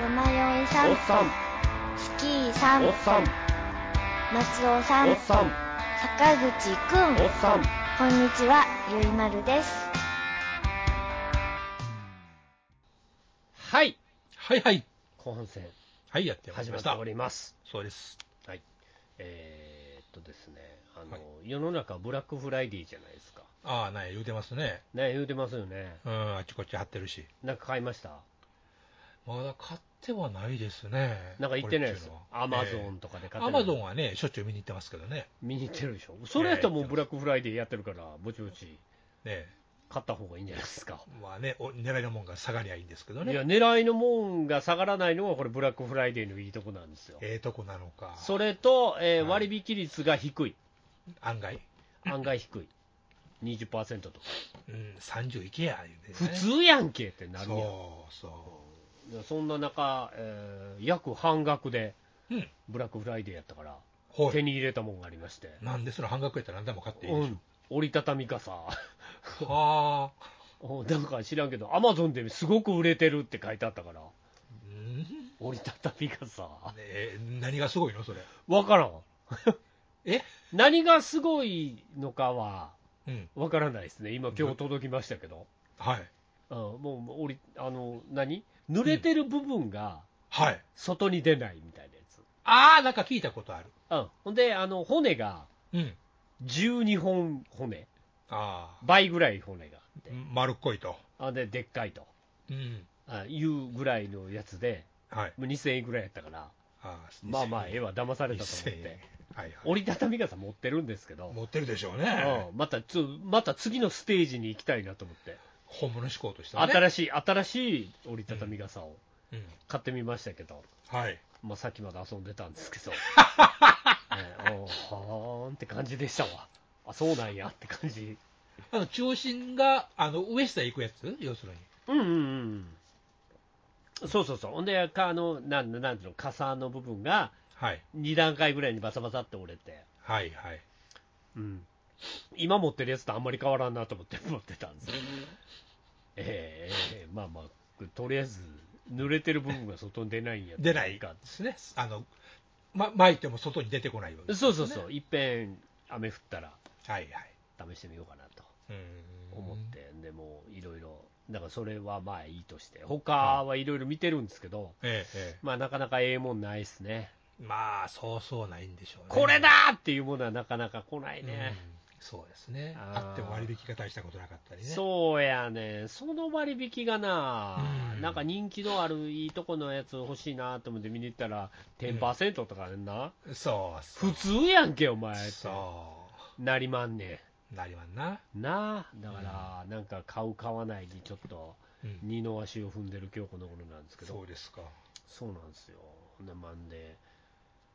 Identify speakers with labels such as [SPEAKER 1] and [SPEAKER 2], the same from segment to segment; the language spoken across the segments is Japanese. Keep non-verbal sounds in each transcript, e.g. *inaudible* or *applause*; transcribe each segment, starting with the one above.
[SPEAKER 1] さん
[SPEAKER 2] さん
[SPEAKER 1] スキーさん
[SPEAKER 2] おっさん
[SPEAKER 1] 松尾さ
[SPEAKER 2] お
[SPEAKER 1] ん
[SPEAKER 2] っさん
[SPEAKER 1] 坂口くん
[SPEAKER 2] おっさん
[SPEAKER 1] こんにちはゆいまるです
[SPEAKER 2] はい
[SPEAKER 3] はいはい。
[SPEAKER 2] 後半戦
[SPEAKER 3] はい、やってまい
[SPEAKER 2] 始
[SPEAKER 3] り
[SPEAKER 2] ま
[SPEAKER 3] ま
[SPEAKER 2] っ
[SPEAKER 3] してた
[SPEAKER 2] お。ります
[SPEAKER 3] そうです。
[SPEAKER 2] はいえー、っとですねあの、
[SPEAKER 3] はい
[SPEAKER 2] 世の中ブラックフライデーじゃないですか
[SPEAKER 3] ああ、なんや、言うてますね。
[SPEAKER 2] ね言うてますよね
[SPEAKER 3] うん、あっちこっち貼ってるし。
[SPEAKER 2] なんか買いました
[SPEAKER 3] まだ買ってはないですね。
[SPEAKER 2] なんか行ってないですアマゾ
[SPEAKER 3] ン。
[SPEAKER 2] ンとかで買って
[SPEAKER 3] ア
[SPEAKER 2] ない
[SPEAKER 3] マゾンはね、しょっちゅう見に行ってますけどね。
[SPEAKER 2] 見に行ってるでしょそれやったらもうブラックフライデーやってるからぼちぼち
[SPEAKER 3] ね
[SPEAKER 2] 買った方がいいんじゃないですか
[SPEAKER 3] まあね、お狙いのもんが下がりゃいいんですけど
[SPEAKER 2] いや
[SPEAKER 3] ね。
[SPEAKER 2] 狙いのもんが下がらないのがこれブラックフライデーのいいとこなんですよ
[SPEAKER 3] ええとこなのか。
[SPEAKER 2] それと、えー
[SPEAKER 3] はい
[SPEAKER 2] 割引率が低い
[SPEAKER 3] 案外。
[SPEAKER 2] 案外低い20%とか
[SPEAKER 3] うん、30いけや、言うてね
[SPEAKER 2] 普通やんけってなるやん
[SPEAKER 3] そうそ
[SPEAKER 2] いやそんな中、えー約半額で
[SPEAKER 3] う。うん。
[SPEAKER 2] ブラックフライデーやったから、
[SPEAKER 3] ほ
[SPEAKER 2] 手
[SPEAKER 3] い。
[SPEAKER 2] に入れたもんがありまして、
[SPEAKER 3] なんでその半額やったら何でも買っていいで
[SPEAKER 2] う
[SPEAKER 3] し
[SPEAKER 2] ん、折りたたみ傘、 *laughs*
[SPEAKER 3] ょ。はあ。
[SPEAKER 2] うんなんか知らんけど、アマゾンですごく売れてるって書いてあったから、
[SPEAKER 3] うん。ね
[SPEAKER 2] 折りたたみ傘、
[SPEAKER 3] え何がすごいのそれ。
[SPEAKER 2] わからん、
[SPEAKER 3] え
[SPEAKER 2] *laughs* 何がすごいのかは
[SPEAKER 3] うん。
[SPEAKER 2] わからないですね、今、今日届きましたけど、
[SPEAKER 3] はい。
[SPEAKER 2] うん、もう折り、あの、何濡れてる部分が
[SPEAKER 3] はい。
[SPEAKER 2] 外に出ないみたいなやつ、
[SPEAKER 3] ああ、なんか聞いたことある。
[SPEAKER 2] うん、ほんで、あの骨が
[SPEAKER 3] うん。
[SPEAKER 2] 12本骨。
[SPEAKER 3] あ
[SPEAKER 2] 倍ぐらい骨があっ
[SPEAKER 3] あ
[SPEAKER 2] て、、
[SPEAKER 3] 丸っこいと。
[SPEAKER 2] あででっかいと
[SPEAKER 3] うん。
[SPEAKER 2] あいうぐらいのやつで、
[SPEAKER 3] はい。
[SPEAKER 2] もう2000円ぐらいやったから、
[SPEAKER 3] あー
[SPEAKER 2] まあまあ、
[SPEAKER 3] 2000
[SPEAKER 2] ええわ、騙されたと思っ
[SPEAKER 3] 2000円
[SPEAKER 2] て、
[SPEAKER 3] はいはい。
[SPEAKER 2] 折りたたみ傘持ってるんですけど、
[SPEAKER 3] 持ってるでしょうね。
[SPEAKER 2] うんまたつまた次のステージに行きたいなと思って、
[SPEAKER 3] 本物志向としてはね。
[SPEAKER 2] 新しい新しい折りたたみ傘を
[SPEAKER 3] うん。
[SPEAKER 2] 買ってみましたけど、
[SPEAKER 3] はい。
[SPEAKER 2] まあ、さっきまで遊んでたんです
[SPEAKER 3] *laughs*
[SPEAKER 2] けど、ええうんはーんって感じでしたわ、あそうなんやって感じ、
[SPEAKER 3] あの、中心が、あの、上下行くやつ要するに。
[SPEAKER 2] うんうんうん、そうそうそう、ほんで、かあのなんなんていうの、傘の部分が、
[SPEAKER 3] はい。
[SPEAKER 2] 2段階ぐらいにバサバサって折れて、
[SPEAKER 3] はいはい。
[SPEAKER 2] 今持ってるやつとあんまり変わらんなと思って持ってたんですよ。ええええまあまあ、とりあえず濡れてる部分が外に出ないんやったら
[SPEAKER 3] 出ない
[SPEAKER 2] か
[SPEAKER 3] かですね。あの、ま、巻いても外に出てこないように、
[SPEAKER 2] そうそうそう、いっぺん雨降ったら
[SPEAKER 3] はいはい。
[SPEAKER 2] 試してみようかなと
[SPEAKER 3] うん。
[SPEAKER 2] 思って、でもいろいろ、だからそれはまあいいとして、他はいろいろ見てるんですけど、
[SPEAKER 3] ええ。え
[SPEAKER 2] まあなかなかええもんないですね。
[SPEAKER 3] え。まあ、そうそうないんでしょうね。
[SPEAKER 2] これだーっていうものはなかなか来ない
[SPEAKER 3] うん
[SPEAKER 2] ね。
[SPEAKER 3] そうですね。
[SPEAKER 2] あー
[SPEAKER 3] あっても割引が大したことなかったりね。
[SPEAKER 2] そうやねん、その割引がな、
[SPEAKER 3] うん
[SPEAKER 2] なんか人気のあるいいとこのやつ欲しいなと思って見に行ったら、10%とかやんな、
[SPEAKER 3] う。そうそう
[SPEAKER 2] 普通やんけ、お前って
[SPEAKER 3] そ
[SPEAKER 2] なりまんね
[SPEAKER 3] う。なりまんな。
[SPEAKER 2] ん。なあ、だから、なんか買う、買わないにちょっと
[SPEAKER 3] うん。
[SPEAKER 2] 二の足を踏んでる今日この頃なんですけど、そ
[SPEAKER 3] そううですか。
[SPEAKER 2] なんですよ、なまんで、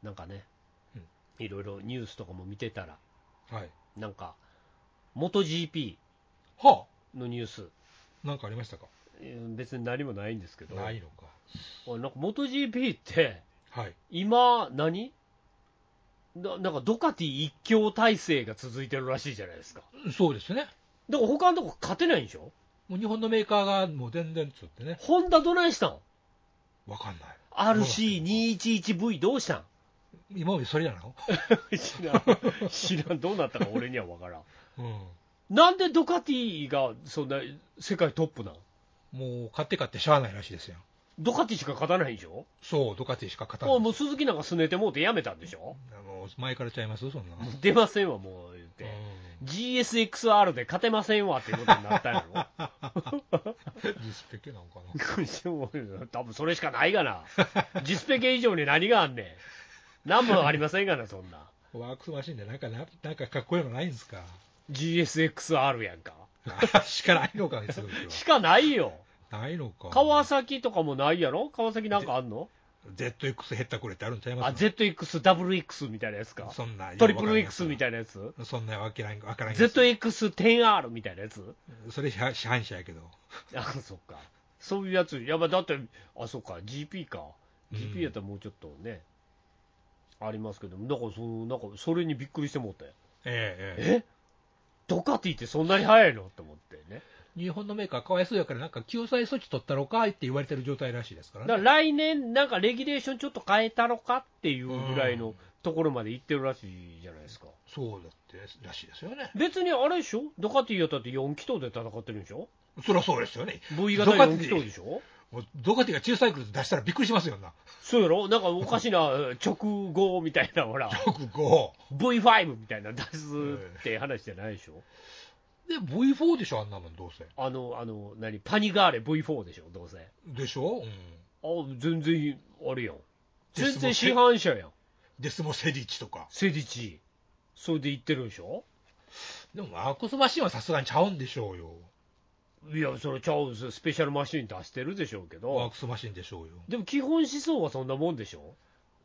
[SPEAKER 2] なんかね
[SPEAKER 3] うん、
[SPEAKER 2] いろいろニュースとかも見てたら、
[SPEAKER 3] はい。
[SPEAKER 2] なんか、元 GP
[SPEAKER 3] は
[SPEAKER 2] のニュース、
[SPEAKER 3] あ、なんかありましたか
[SPEAKER 2] えー別に何もないんですけど。
[SPEAKER 3] ないのか。
[SPEAKER 2] あなんか MotoGP って、
[SPEAKER 3] はい。
[SPEAKER 2] 今何、ななんかドカティ一強体制が続いてるらしいじゃないですか。
[SPEAKER 3] そうですね。
[SPEAKER 2] だから他のとこ勝てないんでしょ
[SPEAKER 3] もう日本のメーカーがもう全然つってね、
[SPEAKER 2] ホンダどないしたん
[SPEAKER 3] わかんない。
[SPEAKER 2] ?RC211V どうしたん
[SPEAKER 3] 今までそれなの
[SPEAKER 2] 知らん、知らん、どうなったか俺には分からん。
[SPEAKER 3] う
[SPEAKER 2] なんでドカティがそんな世界トップなん
[SPEAKER 3] ん。もう買って買ってしゃあないらしいですよ。
[SPEAKER 2] ドカティしか勝たないんでしょ
[SPEAKER 3] そう、ドカティしか勝た
[SPEAKER 2] もう
[SPEAKER 3] ない。
[SPEAKER 2] もう鈴木なんかすねてもうてやめたんでしょ
[SPEAKER 3] あの前からちゃいますそんなの。
[SPEAKER 2] 出ませんわ、もう言って。GSXR で勝てませんわっていうことになったんやろ
[SPEAKER 3] うんリスペクなのかな。
[SPEAKER 2] 多分それしかないがな、ジスペケ以上に何があんねん、何もありませんがな、そんな、
[SPEAKER 3] ワークスマシンでなんかな、なんかかっこいいのないんです *laughs* か
[SPEAKER 2] GSXR やんか、
[SPEAKER 3] しかないのか、すごく
[SPEAKER 2] しかないよ、
[SPEAKER 3] ないのか。
[SPEAKER 2] 川崎とかもないやろ、川崎なんかあんの
[SPEAKER 3] ZX ヘッタクレってあるんちゃい
[SPEAKER 2] あ、
[SPEAKER 3] ますの
[SPEAKER 2] ZX、WX みたいなやつか、
[SPEAKER 3] そんな。
[SPEAKER 2] トリプル X み
[SPEAKER 3] い
[SPEAKER 2] たいなやつ、
[SPEAKER 3] な。そんなわけない、わからんやつ
[SPEAKER 2] ZX10R みたいなやつ、
[SPEAKER 3] それ市販市販車やけど。
[SPEAKER 2] あ、そっか、そういうやつ、やばだって、あ、そっか、GP か、
[SPEAKER 3] うん
[SPEAKER 2] GP やったらもうちょっとね、ありますけど、だからその、なんかそれにびっくりしてもったよ。
[SPEAKER 3] えええ
[SPEAKER 2] え
[SPEAKER 3] え。
[SPEAKER 2] ドカティってそんなに速いのと思ってね。
[SPEAKER 3] 日本のメーカーかわいそうやから、なんか救済措置取ったろかいって言われてる状態らしいですから
[SPEAKER 2] だ
[SPEAKER 3] ね。
[SPEAKER 2] から来年、なんかレギュレーションちょっと変えたのかっていうぐらいうの
[SPEAKER 3] ん
[SPEAKER 2] ところまで行ってるらしいじゃないですか。
[SPEAKER 3] そうだって、らしいですよね。
[SPEAKER 2] 別にあれでしょ、ドカティやったって4気筒で戦ってるんでしょ、
[SPEAKER 3] そりゃそうですよね。
[SPEAKER 2] V 型
[SPEAKER 3] ドカティ
[SPEAKER 2] 4気筒でしょ、
[SPEAKER 3] もうドカティが小さいクルーズ出したらびっくりしますよな。
[SPEAKER 2] そうやろ、なんかおかしな
[SPEAKER 3] *laughs*
[SPEAKER 2] 直後みたいな、ほら、
[SPEAKER 3] 直後。
[SPEAKER 2] V5 みたいなの出すって話じゃないでしょ、
[SPEAKER 3] で、V4 でしょ、あんなもん、どうせ。
[SPEAKER 2] あの、あの何、パニガーレ V4 でしょ、どうせ。
[SPEAKER 3] でしょ、うん、
[SPEAKER 2] あ全然あれやん、
[SPEAKER 3] で
[SPEAKER 2] 全然
[SPEAKER 3] その
[SPEAKER 2] 市販車やん、
[SPEAKER 3] デスモセリッチとか。
[SPEAKER 2] セディチ、それで行ってるんでしょ。
[SPEAKER 3] でも、アークスマシンはさすがにちゃうんでしょうよ。
[SPEAKER 2] いや、それちゃうスペシャルマシン出してるでしょうけ
[SPEAKER 3] ワー
[SPEAKER 2] ど、
[SPEAKER 3] クスマシンでしょうよ。
[SPEAKER 2] でも基本思想はそんなもんでしょ、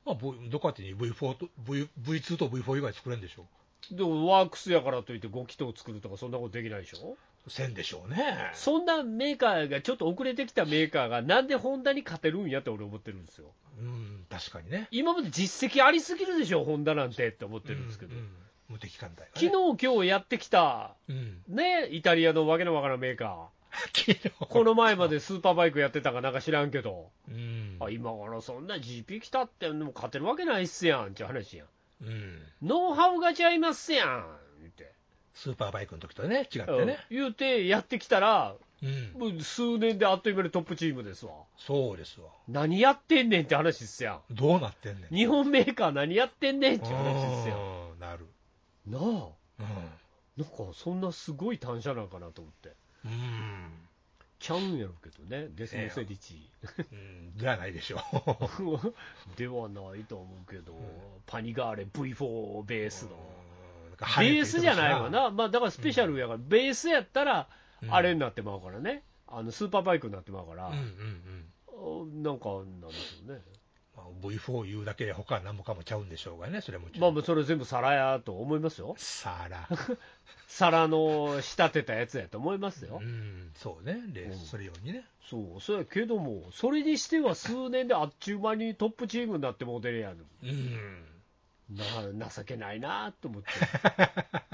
[SPEAKER 3] まあ、v、ドカティに V4 と、v、V2 と V4 以外作れんでしょ
[SPEAKER 2] でもワークスやからといって5気筒作るとか、そんなことできないでしょ、
[SPEAKER 3] う。せんでしょうね。
[SPEAKER 2] そんなメーカーが、ちょっと遅れてきたメーカーが、なんでホンダに勝てるんやって俺、思ってるんですよ、
[SPEAKER 3] うん、確かにね。
[SPEAKER 2] 今まで実績ありすぎるでしょ、ホンダなんてって思ってるんですけど
[SPEAKER 3] う、んうん無敵艦隊が、
[SPEAKER 2] 昨
[SPEAKER 3] ね。
[SPEAKER 2] 日今日やってきた、
[SPEAKER 3] うん、
[SPEAKER 2] ね、イタリアのわけのわからんメーカ
[SPEAKER 3] 昨日。
[SPEAKER 2] ー、この前までスーパーバイクやってたかなんか知らんけど、
[SPEAKER 3] うん。
[SPEAKER 2] あ今頃そんな GP 来たって、でも勝てるわけないっすやんって話やん。
[SPEAKER 3] うん。
[SPEAKER 2] ノウハウが違いますやんって
[SPEAKER 3] スーパーバイクの時とね、違ってね。
[SPEAKER 2] 言うてやってきたら、
[SPEAKER 3] うん。
[SPEAKER 2] もう数年であっという間にトップチームですわ。
[SPEAKER 3] そうですわ。
[SPEAKER 2] 何やってんねんって話っすや
[SPEAKER 3] どうなってんねん。
[SPEAKER 2] ん。日本メーカー何やってんねんって話っすやん。
[SPEAKER 3] うんなる。
[SPEAKER 2] なあ、
[SPEAKER 3] う
[SPEAKER 2] なんかそんなすごい単車なんかなと思って。
[SPEAKER 3] ん。うん。
[SPEAKER 2] ちゃうんやろうけどね、デスモセリチ。
[SPEAKER 3] うんではないでしょ
[SPEAKER 2] *laughs* ではないと思うけど、パニガーレ V4 ベースの。
[SPEAKER 3] う。
[SPEAKER 2] ベースじゃないわ
[SPEAKER 3] わ。
[SPEAKER 2] な、まあ、だからスペシャルやから、ベースやったら、
[SPEAKER 3] うん
[SPEAKER 2] あれになってまうからね、あのスーパーバイクになってまうから
[SPEAKER 3] うんう、んうん。
[SPEAKER 2] なんかなんでしょうね、
[SPEAKER 3] まあ V4 言うだけで他は何もかもちゃうんでしょうがね、それもち
[SPEAKER 2] ま
[SPEAKER 3] ろ
[SPEAKER 2] あ
[SPEAKER 3] ん。
[SPEAKER 2] まあ、それ全部皿やと思いますよ、
[SPEAKER 3] さら。
[SPEAKER 2] 皿の仕立てたやつやと思いますよ
[SPEAKER 3] う、ん、そうね。レー
[SPEAKER 2] うん
[SPEAKER 3] スするようにね。
[SPEAKER 2] そう、そうやけども、それにしては数年であっちゅう間にトップチームになってもうてるやん、
[SPEAKER 3] うん。
[SPEAKER 2] な情けないなと
[SPEAKER 3] *laughs*
[SPEAKER 2] 思って、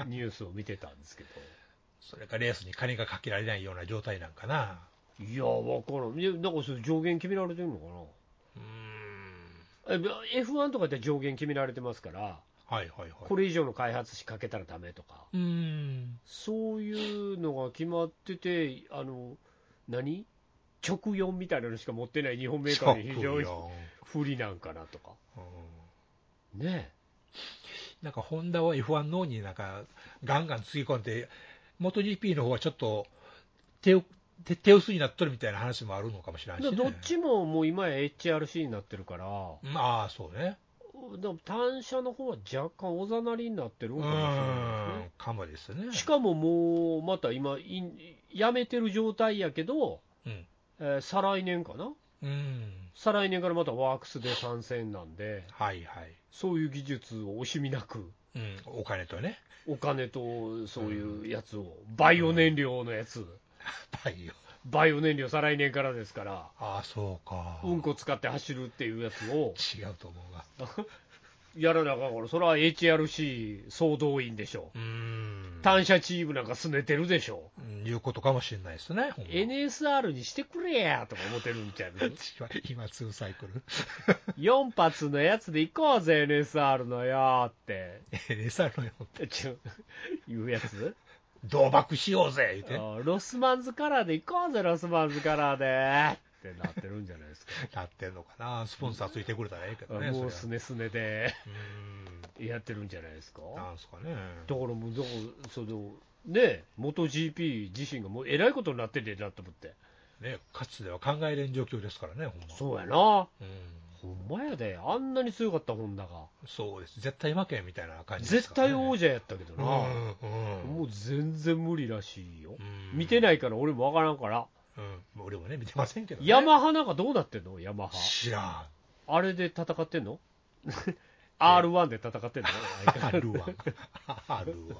[SPEAKER 2] ニュースを見てたんですけど。
[SPEAKER 3] それかレースに金がかけられないような状態なんかな。
[SPEAKER 2] いや、わからん。いやなんかそれ上限決められてるのかな
[SPEAKER 3] うん。
[SPEAKER 2] え F1 とかって上限決められてますから、
[SPEAKER 3] はいはいはい。
[SPEAKER 2] これ以上の開発しかけたらダメとか、
[SPEAKER 3] うん。
[SPEAKER 2] そういうのが決まってて、あの何直4みたいなのしか持ってない日本メーカーに非常に
[SPEAKER 3] 直
[SPEAKER 2] 不利なんかなとか、
[SPEAKER 3] うん
[SPEAKER 2] ね
[SPEAKER 3] なんかホンダは F1 の方になんかガンガンつぎ込んで、元 GP の方はちょっと手を手手薄になっとるみたいな話もあるのかもしれな
[SPEAKER 2] え
[SPEAKER 3] いし、ね、
[SPEAKER 2] どっちももう今や HRC になってるから、
[SPEAKER 3] まあそうね、
[SPEAKER 2] でも単車の方は若干おざなりになってる
[SPEAKER 3] う
[SPEAKER 2] のかもしれないで
[SPEAKER 3] ん、かもですね
[SPEAKER 2] すね。、しかももう、また今、いんやめてる状態やけど、
[SPEAKER 3] うん
[SPEAKER 2] えー再来年かな、
[SPEAKER 3] うん、
[SPEAKER 2] 再来年からまたワークスで参戦なんで、
[SPEAKER 3] はいはい、
[SPEAKER 2] そういう技術を惜しみなく、
[SPEAKER 3] うん、お金とね、
[SPEAKER 2] お金とそういうやつを、バイオ燃料のやつ、
[SPEAKER 3] バイオ、
[SPEAKER 2] バイオ燃料、再来年からですから、
[SPEAKER 3] ああ、そうか、
[SPEAKER 2] うんこ使って走るっていうやつを
[SPEAKER 3] 違うと思うが、
[SPEAKER 2] やらなあかんから、それは HRC 総動員でしょ
[SPEAKER 3] う、ん、
[SPEAKER 2] 単車チームなんかすねてるでしょ、
[SPEAKER 3] うんいうことかもしれないですね、ほんま
[SPEAKER 2] NSR にしてくれやとか思ってるみたいな、
[SPEAKER 3] *laughs* 今、ツーサイクル、
[SPEAKER 2] 4発のやつで行こうぜ、NSR のよって、
[SPEAKER 3] NSR のよ、
[SPEAKER 2] ちょいうやつ。
[SPEAKER 3] 同爆しようぜ、言うてね、
[SPEAKER 2] あーロスマンズカラーで行こうぜ、ロスマンズカラーでってなってるんじゃないですか。
[SPEAKER 3] なってんのかな、スポンサーついてくれたらええけどね、そ
[SPEAKER 2] *laughs* も
[SPEAKER 3] り
[SPEAKER 2] う
[SPEAKER 3] ゃ
[SPEAKER 2] すねすねで
[SPEAKER 3] う
[SPEAKER 2] やってるんじゃないですか。
[SPEAKER 3] ん
[SPEAKER 2] だか
[SPEAKER 3] なんすかね。
[SPEAKER 2] らもう、だからそのね、元 GP 自身がもうえらいことになってるなと思って、
[SPEAKER 3] ね、かつては考えれん状況ですからね、ほんま。
[SPEAKER 2] そうやな、
[SPEAKER 3] うん、
[SPEAKER 2] ほんまやで、あんなに強かった、ホンダが、
[SPEAKER 3] そうです。絶対負けみたいな感じです
[SPEAKER 2] 絶
[SPEAKER 3] から、
[SPEAKER 2] 対
[SPEAKER 3] ね。
[SPEAKER 2] 王
[SPEAKER 3] 対
[SPEAKER 2] 者やったけどな、
[SPEAKER 3] うん、うん。
[SPEAKER 2] もう全然無理らしいよ、
[SPEAKER 3] うん
[SPEAKER 2] 見てないから俺もわからんから、
[SPEAKER 3] うん、俺もね、見てませんけど、ね。
[SPEAKER 2] ヤマハなんかどうなってんの、ヤマハ。
[SPEAKER 3] 知らん。
[SPEAKER 2] あれで戦ってんの *laughs* ?R1 で戦ってんの *laughs*
[SPEAKER 3] R1。R1。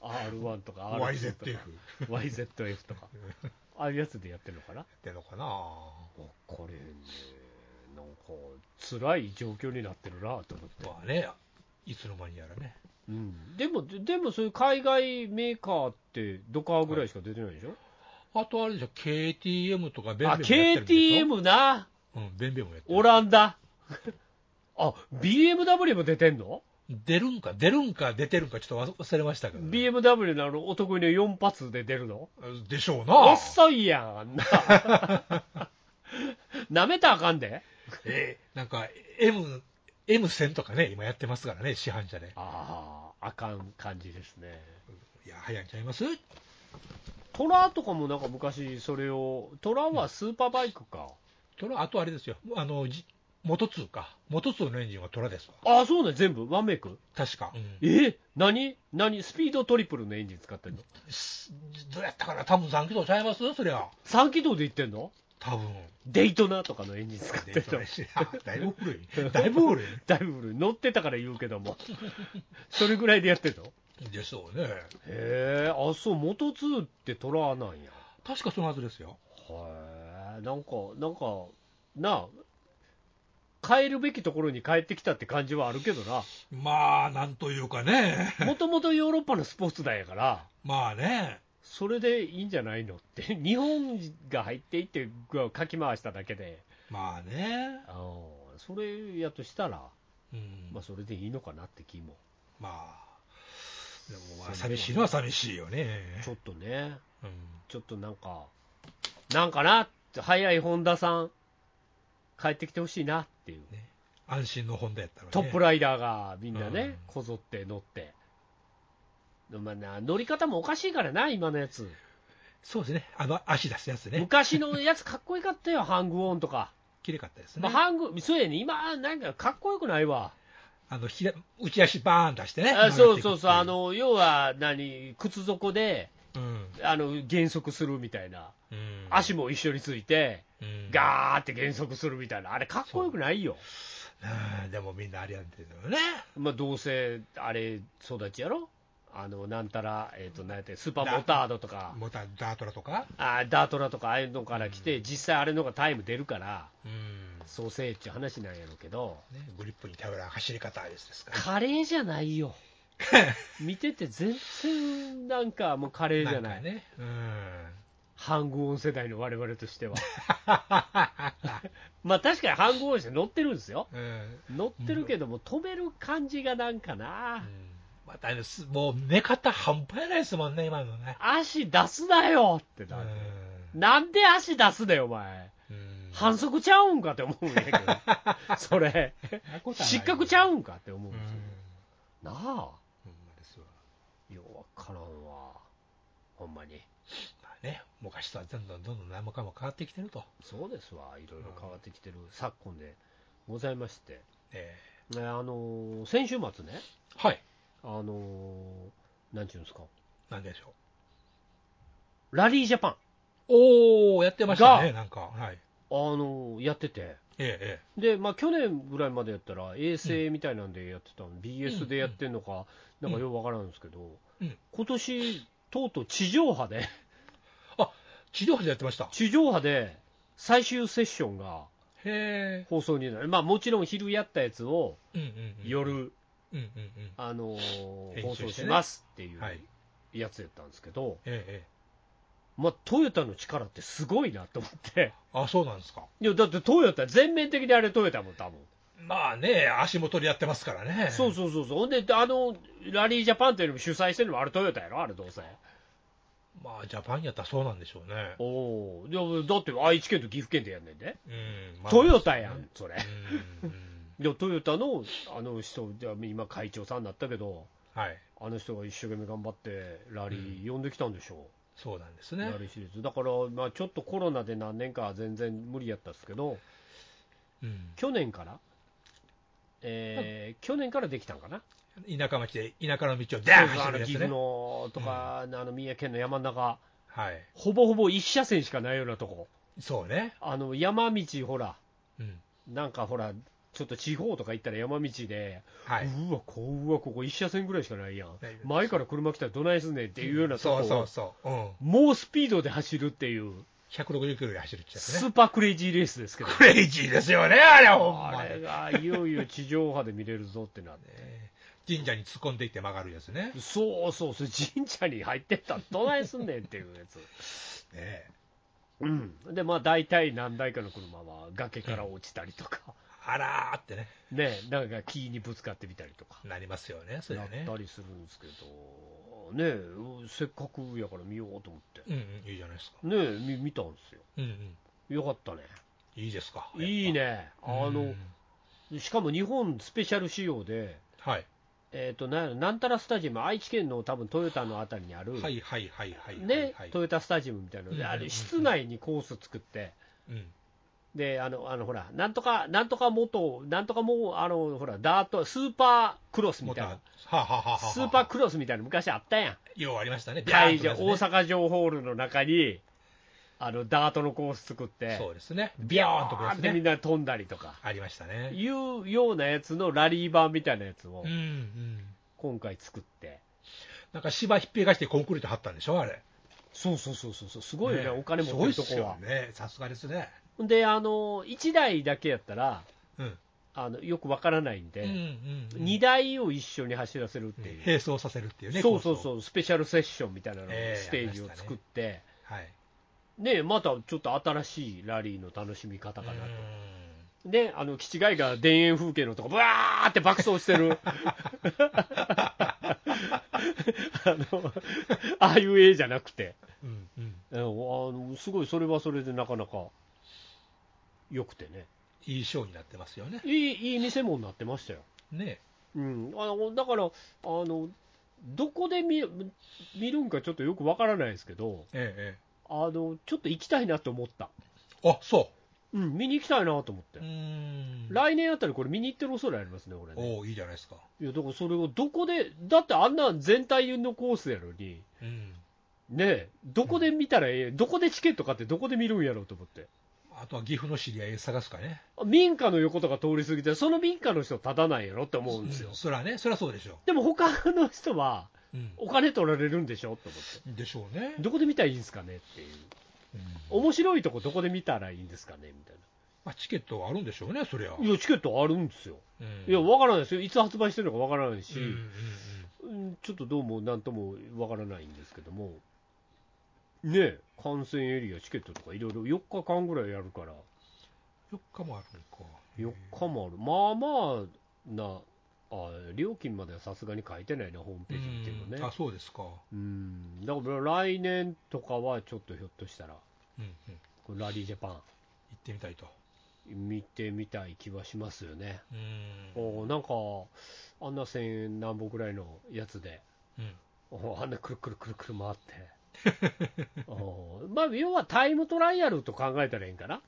[SPEAKER 2] R1 とか
[SPEAKER 3] YZF。
[SPEAKER 2] とか YZF とか。ああいうやつでやってるのかな
[SPEAKER 3] ってのかな
[SPEAKER 2] これね、なんか、辛い状況になってるなと思って。
[SPEAKER 3] まあね、いつの間にやらね。
[SPEAKER 2] うん、でも、でもそういう海外メーカーって、ドカーぐらいしか出てないでしょ、
[SPEAKER 3] ああとあれでしょ、KTM とかベンベンもや
[SPEAKER 2] あ、
[SPEAKER 3] ってるんでしょ
[SPEAKER 2] KTM な、
[SPEAKER 3] うん、ベンベンもやってる
[SPEAKER 2] オランダ。あ、BMW も出てんの
[SPEAKER 3] 出るんか、出るんか、出てるんか、ちょっと忘れましたけどね、
[SPEAKER 2] ?BMW のあの、お得意の4発で出るの
[SPEAKER 3] でしょうな。
[SPEAKER 2] 遅いやん、あんな。舐めたらあかんで。
[SPEAKER 3] えーなんか、M、M1000 とかね、今やってますからね、市販車で。
[SPEAKER 2] ああ、あかん感じですね。
[SPEAKER 3] いや、早いんちゃいます
[SPEAKER 2] トラとかもなんか昔それを、トラはスーパーバイクか。
[SPEAKER 3] トラ、あとあれですよ、あの、じ元2か。元2のエンジンはトラですわ。
[SPEAKER 2] ああ、そうね、全部、ワンメイク。
[SPEAKER 3] 確か。うん
[SPEAKER 2] え何何スピードトリプルのエンジン使ってんの
[SPEAKER 3] すどうやったかな多分3気筒ちゃいますそりゃ。
[SPEAKER 2] 三気筒でいってんの
[SPEAKER 3] 多分。
[SPEAKER 2] デイトナとかのエンジン使ってんの
[SPEAKER 3] だいぶ古い。だいぶ
[SPEAKER 2] *laughs*
[SPEAKER 3] 古い。
[SPEAKER 2] だいぶ古い乗ってたから言うけど *laughs* もそれぐらいでやってんの
[SPEAKER 3] でしょうね。
[SPEAKER 2] へえあそう元2ってトラなんや
[SPEAKER 3] 確かそのはずですよ。
[SPEAKER 2] へえなんかなんかなあ帰るべきところに帰ってきたって感じはあるけどな
[SPEAKER 3] まあ、なんというかね。 *laughs*
[SPEAKER 2] もともとヨーロッパのスポーツ団やから
[SPEAKER 3] まあね。
[SPEAKER 2] それでいいんじゃないのって *laughs* 日本が入っていってかき回しただけで
[SPEAKER 3] まあね。
[SPEAKER 2] あのそれやとしたら、
[SPEAKER 3] うん。
[SPEAKER 2] まあ、それでいいのかなって気も
[SPEAKER 3] まあ、でもまあ、寂しいのは寂しいよね。
[SPEAKER 2] ちょっとね
[SPEAKER 3] うん、
[SPEAKER 2] ちょっとなんか、なんかなって、早い本田さん、帰ってきてほしいなっていう、
[SPEAKER 3] 安心の本田やったらね。
[SPEAKER 2] トップライダーがみんなね、
[SPEAKER 3] うん
[SPEAKER 2] こぞって乗って、まあな、乗り方もおかしいからな、今のやつ、
[SPEAKER 3] そうですね。あの、足出すやつね。
[SPEAKER 2] 昔のやつ、かっこよかったよ、ハングオンとか、
[SPEAKER 3] きれかったですね。
[SPEAKER 2] まあ、ハング、そうやね、今、なんかかっこよくないわ、
[SPEAKER 3] あの、ひら、内足バーン出してね。
[SPEAKER 2] あそうそうそう、あ
[SPEAKER 3] 曲がっ
[SPEAKER 2] の要は何、靴底で
[SPEAKER 3] ていくっていう。うん。
[SPEAKER 2] あの減速するみたいな、
[SPEAKER 3] うん
[SPEAKER 2] 足も一緒について、
[SPEAKER 3] うん
[SPEAKER 2] ガーって減速するみたいな、あれ、かっこよくないよ。
[SPEAKER 3] うんでもみんなあれやってるよね。
[SPEAKER 2] まあ、どうせあれ育ちやろあのなんたら、えー、となんやってスーパーモタードとか
[SPEAKER 3] モーターダートラとか。
[SPEAKER 2] あーダートラとかああいうのから来て、実際あれのがタイム出るから
[SPEAKER 3] うん。
[SPEAKER 2] そうせえっちゅう話なんやろうけど
[SPEAKER 3] ね、グリップに頼らん走り方ですですから。
[SPEAKER 2] カレーじゃない *laughs* よ見てて全然なんかもうカレーじゃない
[SPEAKER 3] んかね。うん。
[SPEAKER 2] ハングオン世代の我々としては *laughs* まあ確かにハングオンして乗ってるんですよ
[SPEAKER 3] *laughs* うん。
[SPEAKER 2] 乗ってるけども止める感じがなんかな、
[SPEAKER 3] またね、すもう目方半端やないですもんね、今のね。
[SPEAKER 2] 足出すなよってなる、なんで足出すだよお前
[SPEAKER 3] うん
[SPEAKER 2] 反則ちゃうんかって思うんやけど、そ *laughs* れ、失格ちゃうんかって思うん
[SPEAKER 3] うん。
[SPEAKER 2] です
[SPEAKER 3] ほ
[SPEAKER 2] よ。なあ、
[SPEAKER 3] んまですわ。
[SPEAKER 2] ようわからんわ、ほんまに。
[SPEAKER 3] まあね、昔とはどんどんどんどん何もかも変わってきてると。
[SPEAKER 2] そうですわ、いろいろ変わってきてる昨今でございまして、
[SPEAKER 3] え
[SPEAKER 2] ねあのー先週末ね、
[SPEAKER 3] えはい。
[SPEAKER 2] あのーなんちゅうんですか、
[SPEAKER 3] なんでしょ
[SPEAKER 2] ラリージャパン、
[SPEAKER 3] う。おー、やってました
[SPEAKER 2] が
[SPEAKER 3] ね、なんか。はい。
[SPEAKER 2] あのーやってて、
[SPEAKER 3] ええ、
[SPEAKER 2] で、まあ、去年ぐらいまでやったら、衛星みたいなんでやってたの、BS でやってんのか、
[SPEAKER 3] う
[SPEAKER 2] な
[SPEAKER 3] ん
[SPEAKER 2] んかようわからんですけど、
[SPEAKER 3] うん
[SPEAKER 2] 今年とうとう地上波で、 *laughs*
[SPEAKER 3] え。地上波でやってました。
[SPEAKER 2] 地上波で最終セッションが
[SPEAKER 3] へえ。
[SPEAKER 2] 放送になる、まあ、もちろん昼やったやつを
[SPEAKER 3] うんうんうん。
[SPEAKER 2] 夜、
[SPEAKER 3] うんうんう
[SPEAKER 2] あのー
[SPEAKER 3] 編
[SPEAKER 2] 放
[SPEAKER 3] 集して
[SPEAKER 2] 送し
[SPEAKER 3] ね
[SPEAKER 2] ますってい
[SPEAKER 3] ん。はい。
[SPEAKER 2] うやつやったんですけど、
[SPEAKER 3] ええええ。
[SPEAKER 2] まあ、トヨタの力ってすごいなと思って、 *laughs*
[SPEAKER 3] あ、そうなんですか。
[SPEAKER 2] いやだってトヨタ、全面的にあれ、トヨタもん多分、
[SPEAKER 3] まあね、足元でやってますからね。
[SPEAKER 2] そうそうそうそう、ほんで、あのラリージャパンっていうのも主催してるのもあれ、トヨタやろ、あれ、どうせ。
[SPEAKER 3] まあ、ジャパンやったらそうなんでしょうね。
[SPEAKER 2] おお、でもだって愛知県と岐阜県でやんねんで、
[SPEAKER 3] うん。まあ
[SPEAKER 2] トヨタやん、それ。
[SPEAKER 3] うんうん
[SPEAKER 2] でトヨタのあの人、じゃあ今、会長さんになったけど、
[SPEAKER 3] はい。
[SPEAKER 2] あの人が一生懸命頑張って、ラリー呼んできたんでしょ
[SPEAKER 3] そうなんです
[SPEAKER 2] う、
[SPEAKER 3] ね
[SPEAKER 2] ラ。リーシリーズ、だから、まあ、ちょっとコロナで何年かは全然無理やったんですけど、
[SPEAKER 3] うん。
[SPEAKER 2] 去年から、えー去年からできたんかな、
[SPEAKER 3] 田舎町で、田舎の道をダーン
[SPEAKER 2] あの
[SPEAKER 3] 走るや
[SPEAKER 2] 岐
[SPEAKER 3] つ
[SPEAKER 2] 阜
[SPEAKER 3] ね。
[SPEAKER 2] のとか、あの三重県の山の中、
[SPEAKER 3] はい。
[SPEAKER 2] ほぼほぼ一車線しかないようなとこ、
[SPEAKER 3] そうね。
[SPEAKER 2] あの山道、ほら、
[SPEAKER 3] うん。
[SPEAKER 2] なんかほら、ちょっと地方とか行ったら山道で、
[SPEAKER 3] はいう
[SPEAKER 2] わ、こううわ、ここ一車線ぐらいしかないやん
[SPEAKER 3] い、
[SPEAKER 2] 前から車来たらどないすんねんっていうようなとこ
[SPEAKER 3] そうそ
[SPEAKER 2] を
[SPEAKER 3] う、そう。うん。
[SPEAKER 2] 猛スピードで走るっていう、
[SPEAKER 3] 160キロで走るってやつ
[SPEAKER 2] ス
[SPEAKER 3] ね。
[SPEAKER 2] ーパークレイジーレースですけど、
[SPEAKER 3] ク *laughs* レイジーですよね、あれ、ほん
[SPEAKER 2] あ
[SPEAKER 3] ま
[SPEAKER 2] れ
[SPEAKER 3] に。
[SPEAKER 2] がいよいよ地上波で見れるぞってなって、
[SPEAKER 3] 神社に突っ込んでいって曲がるやつね。ね
[SPEAKER 2] そうそうそう、神社に入ってったらどないすんねんっていうやつ。
[SPEAKER 3] え
[SPEAKER 2] うん、で、まあ、大体何台かの車は崖から落ちたりとか、 *laughs*
[SPEAKER 3] あらーってね、
[SPEAKER 2] ね、なんか木にぶつかってみたりとか、
[SPEAKER 3] なりますよね、それ
[SPEAKER 2] な
[SPEAKER 3] は
[SPEAKER 2] っ
[SPEAKER 3] ね。
[SPEAKER 2] たりするんですけど、ね、うんせっかくやから見ようと思って、
[SPEAKER 3] うんうん、いいじゃないですか。
[SPEAKER 2] ね、み見たんですよ。
[SPEAKER 3] うんうん、
[SPEAKER 2] よかったね。
[SPEAKER 3] いいですか。
[SPEAKER 2] いい
[SPEAKER 3] やっ
[SPEAKER 2] ね。
[SPEAKER 3] ぱ。
[SPEAKER 2] あ
[SPEAKER 3] う
[SPEAKER 2] の
[SPEAKER 3] ん、
[SPEAKER 2] しかも日本スペシャル仕様で、
[SPEAKER 3] はい。
[SPEAKER 2] えっ、と、なんやろなんたらスタジアム、愛知県の多分トヨタのあたりにある、
[SPEAKER 3] はいはいはいはい。
[SPEAKER 2] ね
[SPEAKER 3] はい、
[SPEAKER 2] トヨタスタジアムみたいなので、
[SPEAKER 3] うんうん
[SPEAKER 2] あ
[SPEAKER 3] うんう
[SPEAKER 2] れ、
[SPEAKER 3] ん
[SPEAKER 2] 室内にコース作って、
[SPEAKER 3] うん。
[SPEAKER 2] で、あの、あのほら、なんとか、なんとか元、なんとかもう、あの、ほら、ダート、スーパークロスみ
[SPEAKER 3] も
[SPEAKER 2] た
[SPEAKER 3] た、
[SPEAKER 2] い
[SPEAKER 3] は
[SPEAKER 2] な、
[SPEAKER 3] あ、はあはあはあ、
[SPEAKER 2] スーパークロスみたいなの昔あったやん。
[SPEAKER 3] ようありましたね。
[SPEAKER 2] 会
[SPEAKER 3] ビャ
[SPEAKER 2] 場、
[SPEAKER 3] ーンと
[SPEAKER 2] 大
[SPEAKER 3] ですね
[SPEAKER 2] 阪城ホールの中に、あの、ダートのコース作って、
[SPEAKER 3] そうですね。ビャーンと
[SPEAKER 2] バーン
[SPEAKER 3] かで
[SPEAKER 2] っ
[SPEAKER 3] す
[SPEAKER 2] てみん
[SPEAKER 3] ね。
[SPEAKER 2] な飛んだりとか、
[SPEAKER 3] ありましたね。
[SPEAKER 2] いうようなやつのラリー版みたいなやつを
[SPEAKER 3] うん、うん。
[SPEAKER 2] 今回作って。
[SPEAKER 3] なんか芝ひっぺがしてコンクリート張ったんでしょ、あれ。
[SPEAKER 2] そうそうそうそうそう、す
[SPEAKER 3] す
[SPEAKER 2] ごいよね、お金持ってるとこは。
[SPEAKER 3] ね、さすがですね。
[SPEAKER 2] で、あの、1台だけやったら、
[SPEAKER 3] うん。
[SPEAKER 2] あのよくわからないん
[SPEAKER 3] うん
[SPEAKER 2] で、
[SPEAKER 3] うんうん
[SPEAKER 2] 2台を一緒に走らせるっていう。
[SPEAKER 3] 並走させるっていうね。。
[SPEAKER 2] そうそうそうう、スペシャルセッションみたいなのを
[SPEAKER 3] ええ
[SPEAKER 2] ステージを作って、
[SPEAKER 3] はい。
[SPEAKER 2] ねまたちょっと新しいラリーの楽しみ方かな
[SPEAKER 3] う
[SPEAKER 2] と、
[SPEAKER 3] ん
[SPEAKER 2] であのキチガイが田園風景のとこ、ぶわーって爆走して
[SPEAKER 3] *laughs*
[SPEAKER 2] る、あのああいう絵じゃなくて、
[SPEAKER 3] うんう
[SPEAKER 2] う
[SPEAKER 3] ん。
[SPEAKER 2] んあのすごいそれはそれでなかなか良くてね、
[SPEAKER 3] いいショーになってますよね。
[SPEAKER 2] いいいい見せ物になってましたよ。
[SPEAKER 3] ね。
[SPEAKER 2] うん、あのだからあの、どこで見見るんかちょっとよくわからないですけど、
[SPEAKER 3] ええ
[SPEAKER 2] あのちょっと行きたいなと思った、
[SPEAKER 3] ええ。あ、そ
[SPEAKER 2] うん、見に行きたいなと思って、
[SPEAKER 3] う。うん。
[SPEAKER 2] 来年あたり、これ、見に行ってる恐れありますね、俺ね。
[SPEAKER 3] おおいいじゃないですか。
[SPEAKER 2] いや、だからそれをどこで、だってあんな全体のコースやのに、
[SPEAKER 3] うん。
[SPEAKER 2] ねえ、どこで見たらええ、どこでチケット買って、どこで見るんやろうと思って、
[SPEAKER 3] あとは岐阜の知り合い探すかね。
[SPEAKER 2] あ民家の横とか通り過ぎて、その民家の人、立たないやろって思うんですよ。
[SPEAKER 3] そりゃね、そりゃそうでしょ
[SPEAKER 2] でも他の人は
[SPEAKER 3] う。
[SPEAKER 2] お金取られるんでしょと思って
[SPEAKER 3] うん。でしょうね。
[SPEAKER 2] どこで見たらいいんですかねっていう
[SPEAKER 3] うん
[SPEAKER 2] 面白いとこどこで見たらいいんですかねみたい
[SPEAKER 3] まあ、チケットはあるんでしょうね、そりゃ。
[SPEAKER 2] ないやチケットあるんですよ
[SPEAKER 3] うん
[SPEAKER 2] いやわからないですよいつ発売してるのかわからないし、
[SPEAKER 3] うんうん
[SPEAKER 2] うんちょっとどうもなんともわからないんですけどもねえ観戦エリアチケットとかいろいろ4日間ぐらいやるから
[SPEAKER 3] うん、4日もあるのか。
[SPEAKER 2] 4日もあるまあまあなあ料金まではさすがに書いてないなホームページ見てもね
[SPEAKER 3] うんあ、そうですか。
[SPEAKER 2] うんだから来年とかはちょっとひょっとしたら
[SPEAKER 3] うんうん。
[SPEAKER 2] こ
[SPEAKER 3] 行
[SPEAKER 2] れラリージャパン
[SPEAKER 3] ってみたいと。
[SPEAKER 2] 見てみたい気はしますよね。
[SPEAKER 3] うん。
[SPEAKER 2] おーなんか、あんな1000円何本ぐらいのやつで、
[SPEAKER 3] うん
[SPEAKER 2] おーあんなくるくるくるくる回って。 *laughs* おーまあ、要はタイムトライアルと考えたらいいんかな。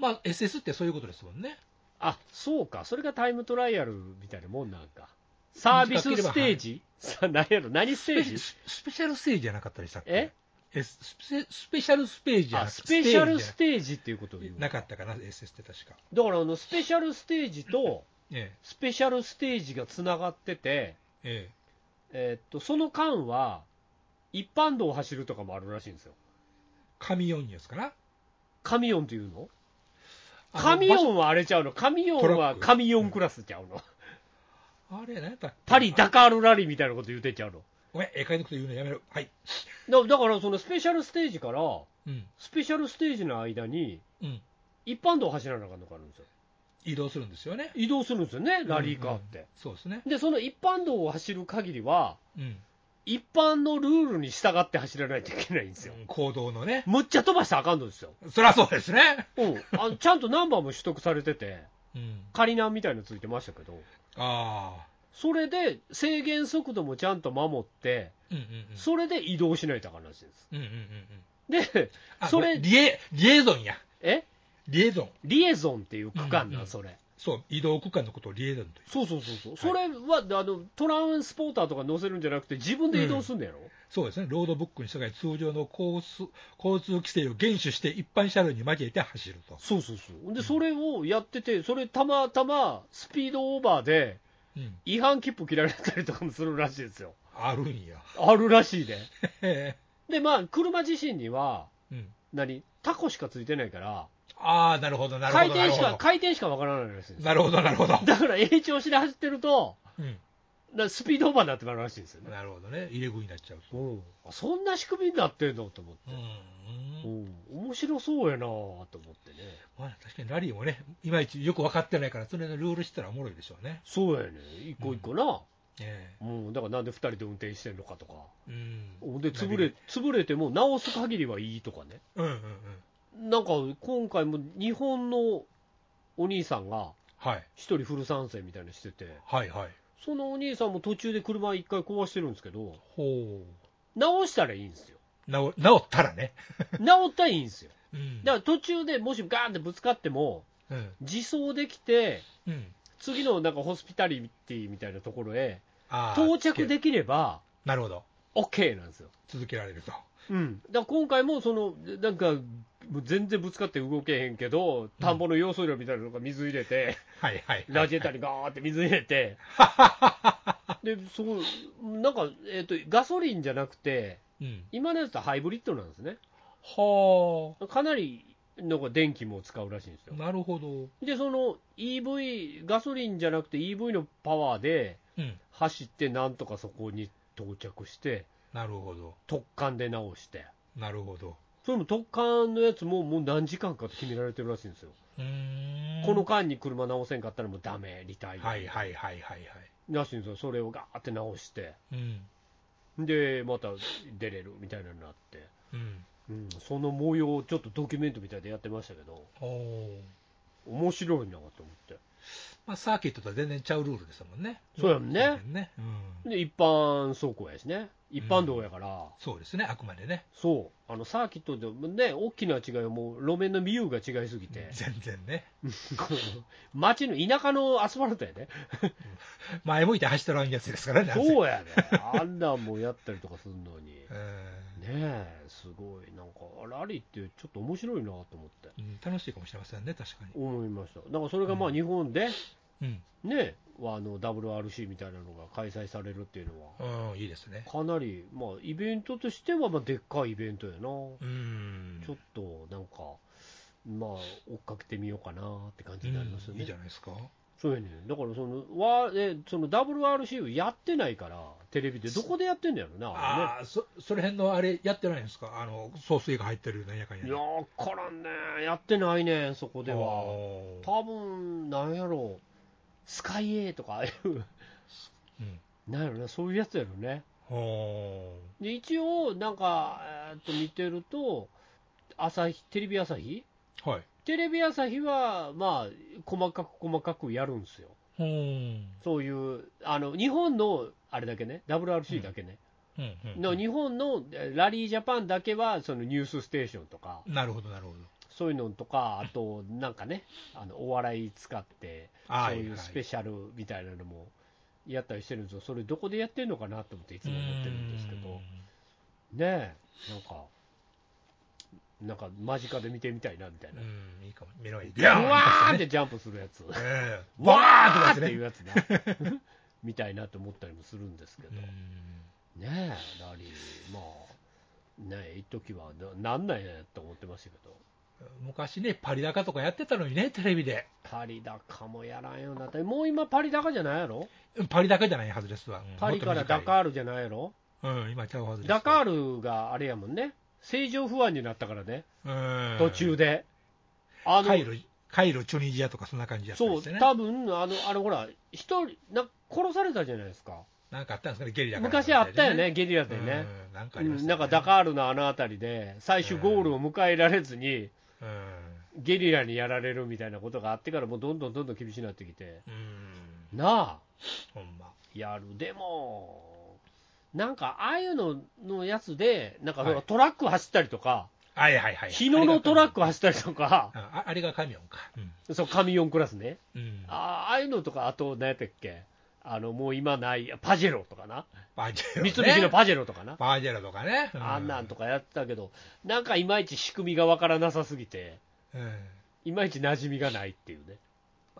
[SPEAKER 3] まあ、SS ってそういうことですもんね。
[SPEAKER 2] あそうか、それがタイムトライアルみたいなもんなんか。サービスステージ、さ何やろ、何ステージ
[SPEAKER 3] スペスペシャルステージじゃなかったでしたっけ
[SPEAKER 2] え
[SPEAKER 3] えスペスペシャルスページじゃ
[SPEAKER 2] あ
[SPEAKER 3] な
[SPEAKER 2] スペシャル
[SPEAKER 3] ス
[SPEAKER 2] ス
[SPEAKER 3] テ
[SPEAKER 2] テージっていうことを
[SPEAKER 3] ージ
[SPEAKER 2] 言
[SPEAKER 3] じ
[SPEAKER 2] う
[SPEAKER 3] ゃなかったかな、SS って確か。
[SPEAKER 2] だからあのスペシャルステージと
[SPEAKER 3] え
[SPEAKER 2] スペシャルステージがつながってて、
[SPEAKER 3] え。ええ。
[SPEAKER 2] えーっとその間は一般道を走るとかもあるらしいんですよ。
[SPEAKER 3] カミオンですかな
[SPEAKER 2] カミオンっていうの
[SPEAKER 3] あの
[SPEAKER 2] カミ
[SPEAKER 3] 場
[SPEAKER 2] オ
[SPEAKER 3] 所
[SPEAKER 2] ンはあれちゃうのカミオン
[SPEAKER 3] トラ
[SPEAKER 2] は
[SPEAKER 3] ック
[SPEAKER 2] カミオンクラスちゃうの
[SPEAKER 3] あれ、何やったっけ
[SPEAKER 2] パリ・ダカールラリーみたいなこと言うてんちゃう
[SPEAKER 3] ごめん、ええ、解読と言うのやめろ。はい。
[SPEAKER 2] のだだからそのスペシャルステージから
[SPEAKER 3] うん。
[SPEAKER 2] スペシャルステージの間に
[SPEAKER 3] うん。
[SPEAKER 2] 一般道を走らなあかんのがあるんですよ
[SPEAKER 3] 移動するんですよね。
[SPEAKER 2] 移動するんですよねラリーカーって、
[SPEAKER 3] うんうんそうですね。
[SPEAKER 2] でその一般道を走る限りは
[SPEAKER 3] うん。
[SPEAKER 2] 一般のルールに従って走らないといけないんですよ、
[SPEAKER 3] 行動のね。
[SPEAKER 2] むっちゃ飛ばしたらあかんのですよ、
[SPEAKER 3] そりゃそうですね。
[SPEAKER 2] うん、あのちゃんとナンバーも取得されてて
[SPEAKER 3] うん。
[SPEAKER 2] 仮ナンみたいのついてましたけど
[SPEAKER 3] ああ。
[SPEAKER 2] それで制限速度もちゃんと守って、
[SPEAKER 3] うんうんうん。
[SPEAKER 2] それで移動しないとあかんらしい
[SPEAKER 3] うんうんうんうん。
[SPEAKER 2] です。で、
[SPEAKER 3] あ
[SPEAKER 2] それ
[SPEAKER 3] ごめんリエ、リエゾンや。
[SPEAKER 2] え
[SPEAKER 3] リエゾン。
[SPEAKER 2] リエゾンっていう区間
[SPEAKER 3] うんう
[SPEAKER 2] なんん、それ。
[SPEAKER 3] そう、移動区間のことをリエゾンという。
[SPEAKER 2] そうそうそうそう。それは、あの、トランスポーターとか乗せるんじゃなくて、自分で移動すんだやろ、
[SPEAKER 3] そうですね。ロードブックに従い、通常の交通交通規制を厳守して、一般車両に交えて走ると。
[SPEAKER 2] そうそうそう。で、それをやってて、それたまたまスピードオーバーで、
[SPEAKER 3] うん。
[SPEAKER 2] 違反切符切られたりとかもするらしいですよ。
[SPEAKER 3] あるんや。
[SPEAKER 2] あるらしいで。
[SPEAKER 3] へ
[SPEAKER 2] で、まあ、車自身には、
[SPEAKER 3] え。うん。
[SPEAKER 2] 何タコしかついてないから、
[SPEAKER 3] ああ、なるほど、なる
[SPEAKER 2] 回
[SPEAKER 3] ほど。
[SPEAKER 2] 転しか、
[SPEAKER 3] なるほど
[SPEAKER 2] 回転しかわからないらしいです。
[SPEAKER 3] なるほど、なるほど。
[SPEAKER 2] だから、延長して走ってると、
[SPEAKER 3] うん。
[SPEAKER 2] なスピードオーバーになってもらうらしいんですよね。
[SPEAKER 3] なるほどね。入れ食いになっちゃうと。
[SPEAKER 2] うん、あそんな仕組みになってんのと思って
[SPEAKER 3] う、。
[SPEAKER 2] うんん、面白そうやなぁと思ってね、
[SPEAKER 3] まあ、確かにラリーもね、いまいちよく分かってないから、それのルールしたらおもろいでしょうね。
[SPEAKER 2] そうやね、一個一個な、
[SPEAKER 3] え
[SPEAKER 2] うんだからなんで2人で運転してんのかとか、
[SPEAKER 3] えうん。
[SPEAKER 2] ほんで潰れ潰れても直す限りはいいとかね、
[SPEAKER 3] うんうんうん。
[SPEAKER 2] なんか今回も日本のお兄さんが
[SPEAKER 3] はい。
[SPEAKER 2] 一人フル参戦みたいなのしてて、
[SPEAKER 3] はいはい。
[SPEAKER 2] そのお兄さんも途中で車一回壊してるんですけど、
[SPEAKER 3] ほ
[SPEAKER 2] 直したらいいんですよ、
[SPEAKER 3] う。なお、治ったらね。
[SPEAKER 2] 直ったらいいんですよ、
[SPEAKER 3] うん
[SPEAKER 2] だから途中でもしガーンってぶつかっても、
[SPEAKER 3] うん。
[SPEAKER 2] 自走できて、
[SPEAKER 3] うん。
[SPEAKER 2] 次のなんかホスピタリティみたいなところへ
[SPEAKER 3] あー
[SPEAKER 2] 到着。できれば
[SPEAKER 3] なるほど。
[SPEAKER 2] OK なんですよ、
[SPEAKER 3] 続けられると。
[SPEAKER 2] うん、だから今回もそのなんかもう全然ぶつかって動けへんけど田んぼの用水路みたいなのが水入れて、
[SPEAKER 3] はいはい。
[SPEAKER 2] ラジエタにガーって水入れてでそこなんか、えー、とガソリンじゃなくて
[SPEAKER 3] うん。
[SPEAKER 2] 今のやつはハイブリッドなんですね
[SPEAKER 3] は
[SPEAKER 2] かなりのが電気も使うらしいんですよ
[SPEAKER 3] あ。なるほど。
[SPEAKER 2] でその EV ガソリンじゃなくて EV のパワーで
[SPEAKER 3] うん。
[SPEAKER 2] 走ってなんとかそこに到着して
[SPEAKER 3] なるほど。
[SPEAKER 2] 特艦で直して
[SPEAKER 3] なるほど。
[SPEAKER 2] それも特艦のやつももう何時間かって決められてるらしいんですよ、
[SPEAKER 3] うーん。
[SPEAKER 2] この間に車直せんかったらもうダメリタイ
[SPEAKER 3] はい
[SPEAKER 2] ア
[SPEAKER 3] はいはいはいはい。
[SPEAKER 2] らしいんですよそれをガーって直して
[SPEAKER 3] うん。
[SPEAKER 2] でまた出れるみたいなのになって、
[SPEAKER 3] うん。
[SPEAKER 2] うん、その模様をちょっとドキュメントみたいでやってましたけど
[SPEAKER 3] おお。
[SPEAKER 2] 面白いなと思って
[SPEAKER 3] まあ、サーキットとは全然ちゃうルールですもんね。
[SPEAKER 2] そうやんね
[SPEAKER 3] 全然ね。うん。
[SPEAKER 2] で一般走行やしね一般道やから、
[SPEAKER 3] そうですね、あくまでね。
[SPEAKER 2] そうあのサーキットでもね大きな違いはもう路面のミューが違いすぎ
[SPEAKER 3] *laughs*
[SPEAKER 2] て
[SPEAKER 3] 全然ね。
[SPEAKER 2] 街の田舎のアスファルトやね
[SPEAKER 3] 前向いて走ってらんやつですからね。
[SPEAKER 2] そうやねあんなんもやったりとかするのに
[SPEAKER 3] う
[SPEAKER 2] ね
[SPEAKER 3] ん
[SPEAKER 2] えすごいなんかラリーってちょっと面白いなと思って
[SPEAKER 3] うん。楽しいかもしれませんね、確か
[SPEAKER 2] 思いましただからそれがまあ
[SPEAKER 3] うん
[SPEAKER 2] 日本で
[SPEAKER 3] に。
[SPEAKER 2] ねあの WRC みたいなのが開催されるっていうのは
[SPEAKER 3] うん。うん、いいですね。
[SPEAKER 2] かなりまあイベントとしてはまあでっかいイベントやな
[SPEAKER 3] う
[SPEAKER 2] ち
[SPEAKER 3] ん。
[SPEAKER 2] ょっとなんかまあ追っかけてみようかなって感じになりますよ
[SPEAKER 3] うんいい
[SPEAKER 2] ね
[SPEAKER 3] じゃないですか。
[SPEAKER 2] そうやねだからそのわえその WRC をやってないからテレビでどこでやってんだよなあれね
[SPEAKER 3] ああ、そ、それ辺のあれ、やってないんですかあの、総水が入ってるなんやかんや
[SPEAKER 2] い
[SPEAKER 3] で。
[SPEAKER 2] やーからんね、やってないね、そこでは。
[SPEAKER 3] おー
[SPEAKER 2] 多分なんやろう、スカイエーとか、ああいう
[SPEAKER 3] うん。
[SPEAKER 2] なんやろね、そういうやつやろね。
[SPEAKER 3] お
[SPEAKER 2] で、一応、なんか、えーっと見てると、朝日、テレビ朝日
[SPEAKER 3] ーはい。
[SPEAKER 2] テレビ朝日は、まあ、細かく細かくやるんですよ。
[SPEAKER 3] うん。うん。
[SPEAKER 2] そういう、あの、日本の、あれだけね、WRC だけね、
[SPEAKER 3] うん
[SPEAKER 2] の日本のえーラリージャパンだけは、そのニュースステーションとか、
[SPEAKER 3] なるほど、なるほど。
[SPEAKER 2] そういうのとか、あと、なんかね、あのお笑い使って、
[SPEAKER 3] は
[SPEAKER 2] そう
[SPEAKER 3] い
[SPEAKER 2] いうスペシャルみたいなのもやったりしてるんですよ、それどこでやってるのかなと思っていつも思ってるんですけど、
[SPEAKER 3] うーん
[SPEAKER 2] ねえ、なんか、なんか間近で見てみたいなみたいな、
[SPEAKER 3] うん、いいかも。目の前に。
[SPEAKER 2] うわーっ
[SPEAKER 3] ね
[SPEAKER 2] てジャンプするや
[SPEAKER 3] *laughs*
[SPEAKER 2] つ、
[SPEAKER 3] ええ
[SPEAKER 2] わーっ
[SPEAKER 3] ーってて
[SPEAKER 2] いう
[SPEAKER 3] ね
[SPEAKER 2] やつな、 *laughs* みたいなと思ったりもするんですけど、
[SPEAKER 3] う
[SPEAKER 2] ね
[SPEAKER 3] ん
[SPEAKER 2] え、ラリー、まあ、ねえ、一時はななんなんやと思ってましたけど。
[SPEAKER 3] 昔ね、パリ高とかやってたのにね、テレビで。
[SPEAKER 2] パリ高もやらんようになったもう今パリ高じゃないやろ
[SPEAKER 3] うんパリ高じゃないはずですわ。うん
[SPEAKER 2] パリからダ
[SPEAKER 3] もっ
[SPEAKER 2] カールじゃないやろ
[SPEAKER 3] と短いうん、今ちゃうはずです。
[SPEAKER 2] ダカ
[SPEAKER 3] ー
[SPEAKER 2] ールがあれやもんね政情不安になったからね
[SPEAKER 3] ル
[SPEAKER 2] 途中で、あ
[SPEAKER 3] カイ
[SPEAKER 2] の
[SPEAKER 3] ロ、カイロ、チュニジアとかそんな感じやったん
[SPEAKER 2] そ
[SPEAKER 3] で
[SPEAKER 2] う
[SPEAKER 3] すよね。
[SPEAKER 2] 多分あのあのほら一人な殺されたじゃないですか
[SPEAKER 3] なんかあったんですかね、ゲリラかなんか
[SPEAKER 2] 昔あったよねゲリラでね、
[SPEAKER 3] うんなんかあ
[SPEAKER 2] う
[SPEAKER 3] りま
[SPEAKER 2] ん
[SPEAKER 3] したね
[SPEAKER 2] なんかダカールのあの辺りで最終ゴールを迎えられずに
[SPEAKER 3] うん
[SPEAKER 2] ゲリラにやられるみたいなことがあってからもうどんどんどんどん厳しくなってきて
[SPEAKER 3] うん、
[SPEAKER 2] なあ
[SPEAKER 3] ほんま。
[SPEAKER 2] やる、でも、なんかああいうののやつで、なんかほら
[SPEAKER 3] はい
[SPEAKER 2] トラック走ったりとか、
[SPEAKER 3] はいはいはい。
[SPEAKER 2] 日野のトラック
[SPEAKER 3] は。
[SPEAKER 2] 走ったりとか、
[SPEAKER 3] ああれがカミオンか。うん
[SPEAKER 2] そうカミオンクラスね、
[SPEAKER 3] うん。
[SPEAKER 2] あああいうのとか、あと、何やったっけ、あのもう今ない、パジェロとかな、
[SPEAKER 3] パジェロ、
[SPEAKER 2] 三
[SPEAKER 3] ね。
[SPEAKER 2] 菱のパジェロとかな、
[SPEAKER 3] パージェラとかね。
[SPEAKER 2] あんなん
[SPEAKER 3] と。
[SPEAKER 2] とかやってたけど、なんかいまいち仕組みがわからなさすぎて、
[SPEAKER 3] うん
[SPEAKER 2] いまいち馴染みがないっていうね。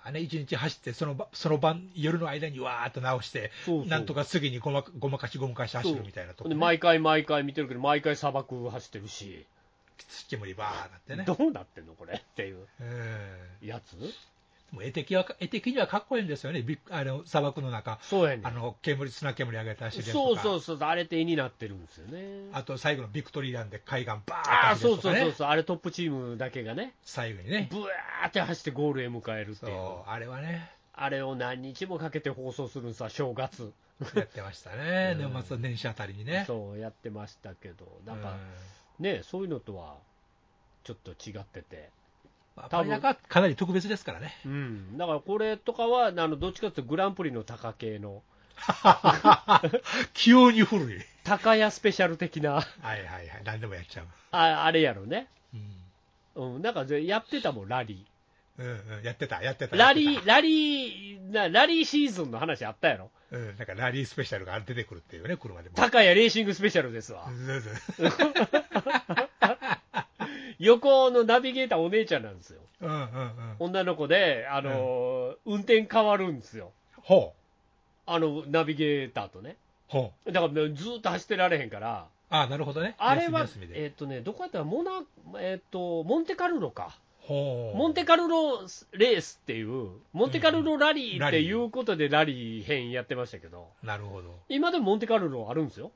[SPEAKER 3] あれ一日走って、そのばその晩、夜の間にわーっと直して、
[SPEAKER 2] そうそう
[SPEAKER 3] なんとか次にごまごまかしごまかし走るみたいなとこ、
[SPEAKER 2] で
[SPEAKER 3] ね、
[SPEAKER 2] 毎回毎回見てるけど、毎回砂漠走ってるし、
[SPEAKER 3] 煙ばーなってね。
[SPEAKER 2] どうなってんの、これっていう
[SPEAKER 3] うん
[SPEAKER 2] やつ
[SPEAKER 3] もう絵的は絵的にはかっこいいんですよね、ビッあの砂漠の中、
[SPEAKER 2] そうやねん
[SPEAKER 3] あの煙砂煙上げたりしてる
[SPEAKER 2] そ
[SPEAKER 3] と
[SPEAKER 2] う
[SPEAKER 3] か、
[SPEAKER 2] そうそう、あれって絵になってるんですよね。
[SPEAKER 3] あと最後のビクトリーランで海岸バ
[SPEAKER 2] あ
[SPEAKER 3] ー
[SPEAKER 2] あ、
[SPEAKER 3] ッと走
[SPEAKER 2] そ
[SPEAKER 3] る
[SPEAKER 2] う
[SPEAKER 3] と
[SPEAKER 2] そ
[SPEAKER 3] か
[SPEAKER 2] う
[SPEAKER 3] ね、
[SPEAKER 2] そうそう、あれトップチームだけがね、
[SPEAKER 3] 最後にね、
[SPEAKER 2] ブワーって走ってゴールへ迎えるって
[SPEAKER 3] そ
[SPEAKER 2] いうう、
[SPEAKER 3] あれはね、
[SPEAKER 2] あれを何日もかけて放送するんさ、正月、、
[SPEAKER 3] やってましたね
[SPEAKER 2] *laughs* うん
[SPEAKER 3] 年末年始あたりにね。
[SPEAKER 2] そうやってましたけど、なん
[SPEAKER 3] う
[SPEAKER 2] か
[SPEAKER 3] ん
[SPEAKER 2] ね、そういうのとはちょっと違ってて、
[SPEAKER 3] まあ、
[SPEAKER 2] 多
[SPEAKER 3] パ
[SPEAKER 2] 分
[SPEAKER 3] リナがかなり特別ですか
[SPEAKER 2] *laughs*
[SPEAKER 3] らね。 *laughs*
[SPEAKER 2] うん、だからこれとかは、あのどっちかっていうとグランプリの高系の、
[SPEAKER 3] 急に古い。
[SPEAKER 2] 高屋スペシャル的な、 *laughs*
[SPEAKER 3] はいはいはい。何でもやっちゃう。
[SPEAKER 2] ああれやろね、
[SPEAKER 3] うん。
[SPEAKER 2] うん、なんかぜやってたもん、ラリ
[SPEAKER 3] うんうん。やってた、やってた。
[SPEAKER 2] ー、ラリ
[SPEAKER 3] やっ
[SPEAKER 2] ー、
[SPEAKER 3] て
[SPEAKER 2] ラリー、なラリーシーズンの話あったやろ、
[SPEAKER 3] た。うん。なんかラリースペシャルが出てくるっていうね、車でも。
[SPEAKER 2] 高屋レーシングスペシャルですわ
[SPEAKER 3] う、んうんうん
[SPEAKER 2] 横のナビゲーター、お姉ちゃんなんですよ、
[SPEAKER 3] うんうんうん。
[SPEAKER 2] 女の子で、あのー運転変わるんですよ、
[SPEAKER 3] ほう。
[SPEAKER 2] あのナビゲーターとね。
[SPEAKER 3] ほう。
[SPEAKER 2] だからねずーっと走ってられへんから、
[SPEAKER 3] ああ、なるほどね。
[SPEAKER 2] あれは
[SPEAKER 3] 休み休み、で
[SPEAKER 2] えっ、とね、どこやったらモナ、えっ、と、モンテカルロか。
[SPEAKER 3] ほう。
[SPEAKER 2] モンテカルロレースっていう、モンテカルロラリーっていうことでラリー編やってましたけど、
[SPEAKER 3] なるほど。
[SPEAKER 2] 今でもモンテカルロあるんですよ。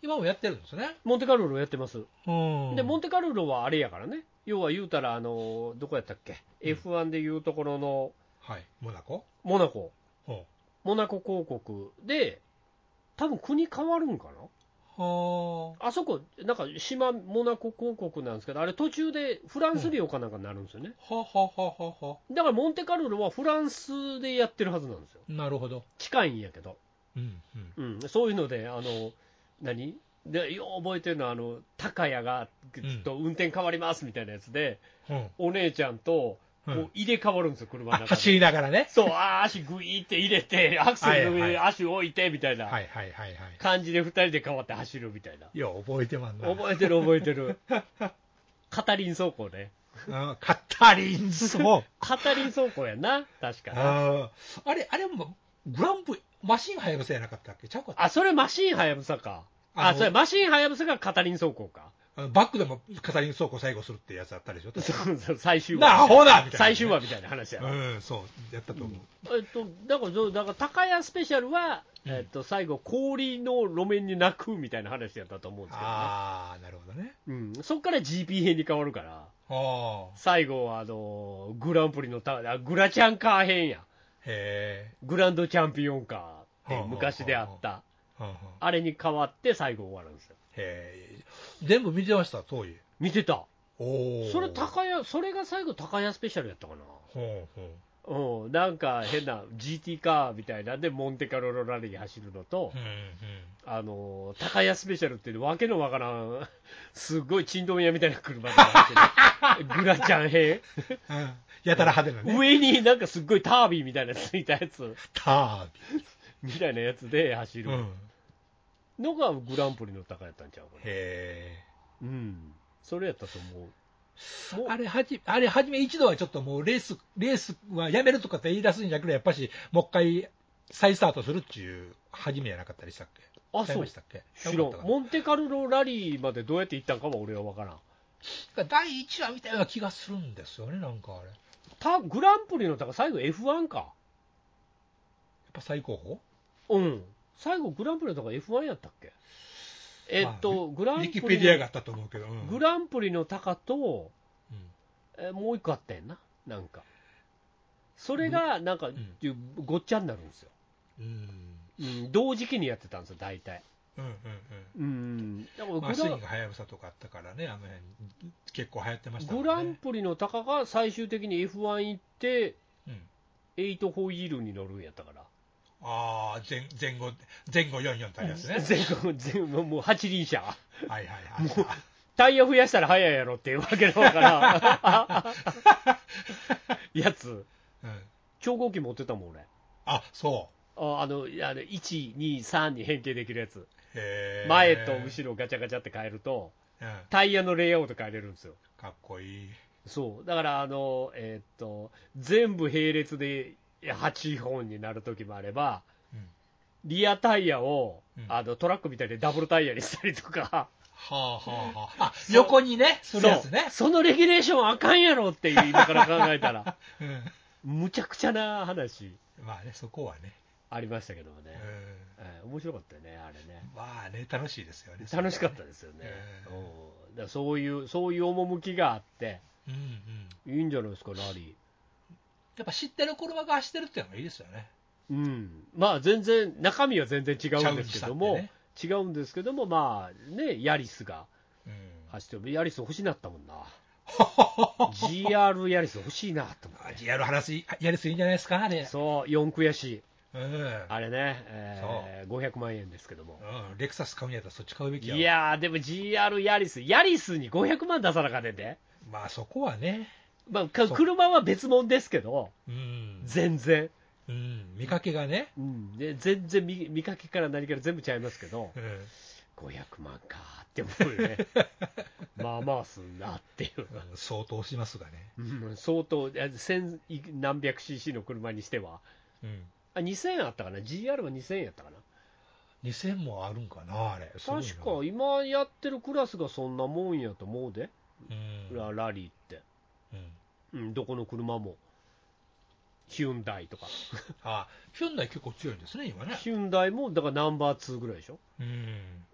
[SPEAKER 3] 今もやってるんですね。
[SPEAKER 2] モンテカルロやってます。
[SPEAKER 3] うん
[SPEAKER 2] で、モンテカルロはあれやからね。要は言うたら、あの、どこやったっけ、
[SPEAKER 3] うん
[SPEAKER 2] F1 でいうところの
[SPEAKER 3] はい。モナコ
[SPEAKER 2] モナコ、
[SPEAKER 3] ほ
[SPEAKER 2] モナコ公国で、多分国変わるんかな
[SPEAKER 3] う。ほ
[SPEAKER 2] あそこ、なんか島、モナコ公国なんですけど、あれ途中でフランス領かなんかになるんですよね。
[SPEAKER 3] う。ほうほうほうほうほ
[SPEAKER 2] だからモンテカルロはフランスでやってるはずなんですよ。
[SPEAKER 3] う。なるほど。
[SPEAKER 2] 近いんやけど。
[SPEAKER 3] うんうん。
[SPEAKER 2] うん、そういうので、あの、何で、よう覚えてるのは、あの、高谷が、ちょっと運転変わりますみたいなやつで、
[SPEAKER 3] うん
[SPEAKER 2] お姉ちゃんと、
[SPEAKER 3] う
[SPEAKER 2] こ
[SPEAKER 3] ん
[SPEAKER 2] う入れ替わるんですよ、車
[SPEAKER 3] あ
[SPEAKER 2] の中で。
[SPEAKER 3] 走りながらね。
[SPEAKER 2] そう、あー足グイーって入れて、アクセルの
[SPEAKER 3] はい
[SPEAKER 2] 上
[SPEAKER 3] は
[SPEAKER 2] 足置いて、みたいない
[SPEAKER 3] ははいはいはい。
[SPEAKER 2] 感じで二人で変わって走るみたいな。
[SPEAKER 3] いや、覚えてまんな。
[SPEAKER 2] 覚えてる覚えてる。カタリン走行ね。
[SPEAKER 3] うんカタリンズも。
[SPEAKER 2] カタリン走行やな、確かに。
[SPEAKER 3] あーあれ、あれも、グランプリ、マシン早くせやなかったっけちゃうかった
[SPEAKER 2] あ、それマシンはやぶさか。あ、
[SPEAKER 3] あの
[SPEAKER 2] それマシンはやぶさがカタリン走行か。 *laughs*
[SPEAKER 3] あのバックでもカタリン走行最後するってやつあったでしょ確か
[SPEAKER 2] そうそう、最終
[SPEAKER 3] なあ、ア
[SPEAKER 2] 話。
[SPEAKER 3] ホだみたいな。
[SPEAKER 2] 最終話みたいな話や。
[SPEAKER 3] うん、そう、やったと思う。
[SPEAKER 2] えっと、だからそう、だから高屋スペシャルは、
[SPEAKER 3] うん
[SPEAKER 2] えっと、最後、氷の路面に泣くみたいな話やったと思うんですけど、ね
[SPEAKER 3] ああ、なるほどね。
[SPEAKER 2] うん、そこから GP 編に変わるから、
[SPEAKER 3] ああ、
[SPEAKER 2] 最後はあのグランプリのたあグラチャンカー編や、
[SPEAKER 3] へえ。
[SPEAKER 2] グランドチャンピオンカーっ
[SPEAKER 3] はあ
[SPEAKER 2] て昔であった、
[SPEAKER 3] はんはん
[SPEAKER 2] あれに変わって最後終わるんですよ。
[SPEAKER 3] へえ。全部見てました、当時。
[SPEAKER 2] 見てた、
[SPEAKER 3] おお。
[SPEAKER 2] それ高屋、それが最後、高屋スペシャルやったかな。
[SPEAKER 3] ほうほ
[SPEAKER 2] うん、なんか変な GT カーみたいなんでモンテカルロラリー走るのと
[SPEAKER 3] う。う、んうん。
[SPEAKER 2] あのー高屋スペシャルっていうわけのわからんすっごいチンドン屋みたいな車でグラちゃん編
[SPEAKER 3] うんやたら派手なね。
[SPEAKER 2] 上になんかすっごいタービンみたいなついたやつ
[SPEAKER 3] タ
[SPEAKER 2] みたいなやつで走
[SPEAKER 3] ービン。う
[SPEAKER 2] る
[SPEAKER 3] ん。
[SPEAKER 2] のがグランプリの高屋やったんちゃうかな
[SPEAKER 3] へえ。
[SPEAKER 2] うんそれやったと思うもう
[SPEAKER 3] あれはじ、あれ、はじめ一度はちょっともうレース、レースはやめるとかって言い出すんじゃなくて、やっぱし、もう一回再スタートするっていう、はじめやなかったりしたっけ
[SPEAKER 2] あ
[SPEAKER 3] ちゃ
[SPEAKER 2] そ
[SPEAKER 3] い
[SPEAKER 2] う
[SPEAKER 3] ましたっけ
[SPEAKER 2] 知ら
[SPEAKER 3] なか
[SPEAKER 2] ん
[SPEAKER 3] ったかな
[SPEAKER 2] モンテカルロラリーまでどうやって行ったんかも俺は分からん
[SPEAKER 3] 第1話みたいな気がするんですよね、なんかあれ。やった
[SPEAKER 2] グランプリの高最後 F1 か
[SPEAKER 3] ぱ最高峰
[SPEAKER 2] うん最後グランプリの高 F1 やったっけえっと、グラ
[SPEAKER 3] ウ
[SPEAKER 2] ンプ
[SPEAKER 3] ィ
[SPEAKER 2] リ
[SPEAKER 3] キ
[SPEAKER 2] の
[SPEAKER 3] ペディアがあったと思うけど。うん
[SPEAKER 2] グランプリの高と、
[SPEAKER 3] うん
[SPEAKER 2] えーもう一個あったやんな、なんか。それが、なんか、
[SPEAKER 3] ん
[SPEAKER 2] いうごっちゃになるんですよ。
[SPEAKER 3] うん。
[SPEAKER 2] うん、同時期にやってたんですよ、大体。
[SPEAKER 3] うんうん
[SPEAKER 2] うん。だから
[SPEAKER 3] う
[SPEAKER 2] グ
[SPEAKER 3] ん。ま
[SPEAKER 2] ラ,、
[SPEAKER 3] あ、スイングはやぶさとかあったからね、あの辺、結構流行ってましたも
[SPEAKER 2] グ
[SPEAKER 3] ん
[SPEAKER 2] ラン
[SPEAKER 3] ね。
[SPEAKER 2] プリの高が最終的に F1 行って、
[SPEAKER 3] うん
[SPEAKER 2] エイトホイールに乗るんやったから。
[SPEAKER 3] ああ、前前後、前後44ってありますね。
[SPEAKER 2] 全国、全国、もう八輪車。
[SPEAKER 3] はいはいはい。
[SPEAKER 2] タイヤ増やしたら早いやろっていうわけだから *laughs* んやつ。
[SPEAKER 3] うん
[SPEAKER 2] 超合金持ってたもん、俺。
[SPEAKER 3] あ、そう。
[SPEAKER 2] ああの、あの1、2、3に変形できるやつ。
[SPEAKER 3] へー
[SPEAKER 2] 前と後ろガチャガチャって変えると、
[SPEAKER 3] うん、
[SPEAKER 2] タイヤのレイアウト変えれるんですよ。
[SPEAKER 3] かっこいい。
[SPEAKER 2] そう。だから、あの、えーっと、全部並列で8本になる時もあれば、
[SPEAKER 3] うん
[SPEAKER 2] リアタイヤを、
[SPEAKER 3] うん
[SPEAKER 2] あの、トラックみたいでダブルタイヤにしたりとか、
[SPEAKER 3] はあはあはあ。あ、横にね、するやつね。
[SPEAKER 2] そうそのレギュレーションあかんやろっていう、今から考えたら。
[SPEAKER 3] うん
[SPEAKER 2] むちゃくちゃな話
[SPEAKER 3] まあね、そこはね、
[SPEAKER 2] ありましたけどもね
[SPEAKER 3] う、ん
[SPEAKER 2] えー面白かったよね、あれね。
[SPEAKER 3] まあね、楽しいですよね。
[SPEAKER 2] 楽しかったですよね、
[SPEAKER 3] ええ
[SPEAKER 2] うんだからそういう、そういう趣があって、
[SPEAKER 3] うんうん。
[SPEAKER 2] いいんじゃないですか、ラリ
[SPEAKER 3] やっぱ知ってる車が走ってるっていうのがいいですよね。
[SPEAKER 2] ー、うん、まあ全然、中身は全然違うんですけども、
[SPEAKER 3] ちゃうにし
[SPEAKER 2] 違うんですけども、まあね、ヤリスが
[SPEAKER 3] うん。
[SPEAKER 2] 走ってる、ヤリス欲しいなったもんな、GR
[SPEAKER 3] *laughs*
[SPEAKER 2] ヤリス欲しいなと思っ
[SPEAKER 3] あ
[SPEAKER 2] て、
[SPEAKER 3] やる話、やりすぎんじゃないですか、あれ。
[SPEAKER 2] そう、4悔しい、
[SPEAKER 3] うん。う
[SPEAKER 2] あれね、えー500万円ですけども。
[SPEAKER 3] ん。レクサス買うんやったらそっち買うべき
[SPEAKER 2] い
[SPEAKER 3] や。。
[SPEAKER 2] やー、でも GR ヤリス、ヤリスに500万出さなかねんで、
[SPEAKER 3] まあそこはね、
[SPEAKER 2] まあ、か
[SPEAKER 3] そう
[SPEAKER 2] 車は別物ですけど、
[SPEAKER 3] うん。
[SPEAKER 2] 全然、
[SPEAKER 3] うん。見かけがね。
[SPEAKER 2] うん、で全然見見かけから何から全部ちゃいますけど
[SPEAKER 3] う、ん。
[SPEAKER 2] 500万かーって思うよね、
[SPEAKER 3] *laughs*
[SPEAKER 2] まあまあすんなっていう、
[SPEAKER 3] うん相当しますがね。
[SPEAKER 2] うん、相当、え千い何百 cc の車にしては、
[SPEAKER 3] うん。
[SPEAKER 2] あ2000あったかな、GR は2000円やったかな、
[SPEAKER 3] 2000もあるんかな、あれ。すごいな
[SPEAKER 2] 確か今やってるクラスがそんなもんやと思うで、
[SPEAKER 3] うん。
[SPEAKER 2] ララリーって、
[SPEAKER 3] うん
[SPEAKER 2] うん、どこの車も。ヒュンダイとか、
[SPEAKER 3] あ、ヒュンダイ結構強いんですね、今ね。
[SPEAKER 2] ヒュンダイもだからナンバー2ぐらいでしょ、
[SPEAKER 3] う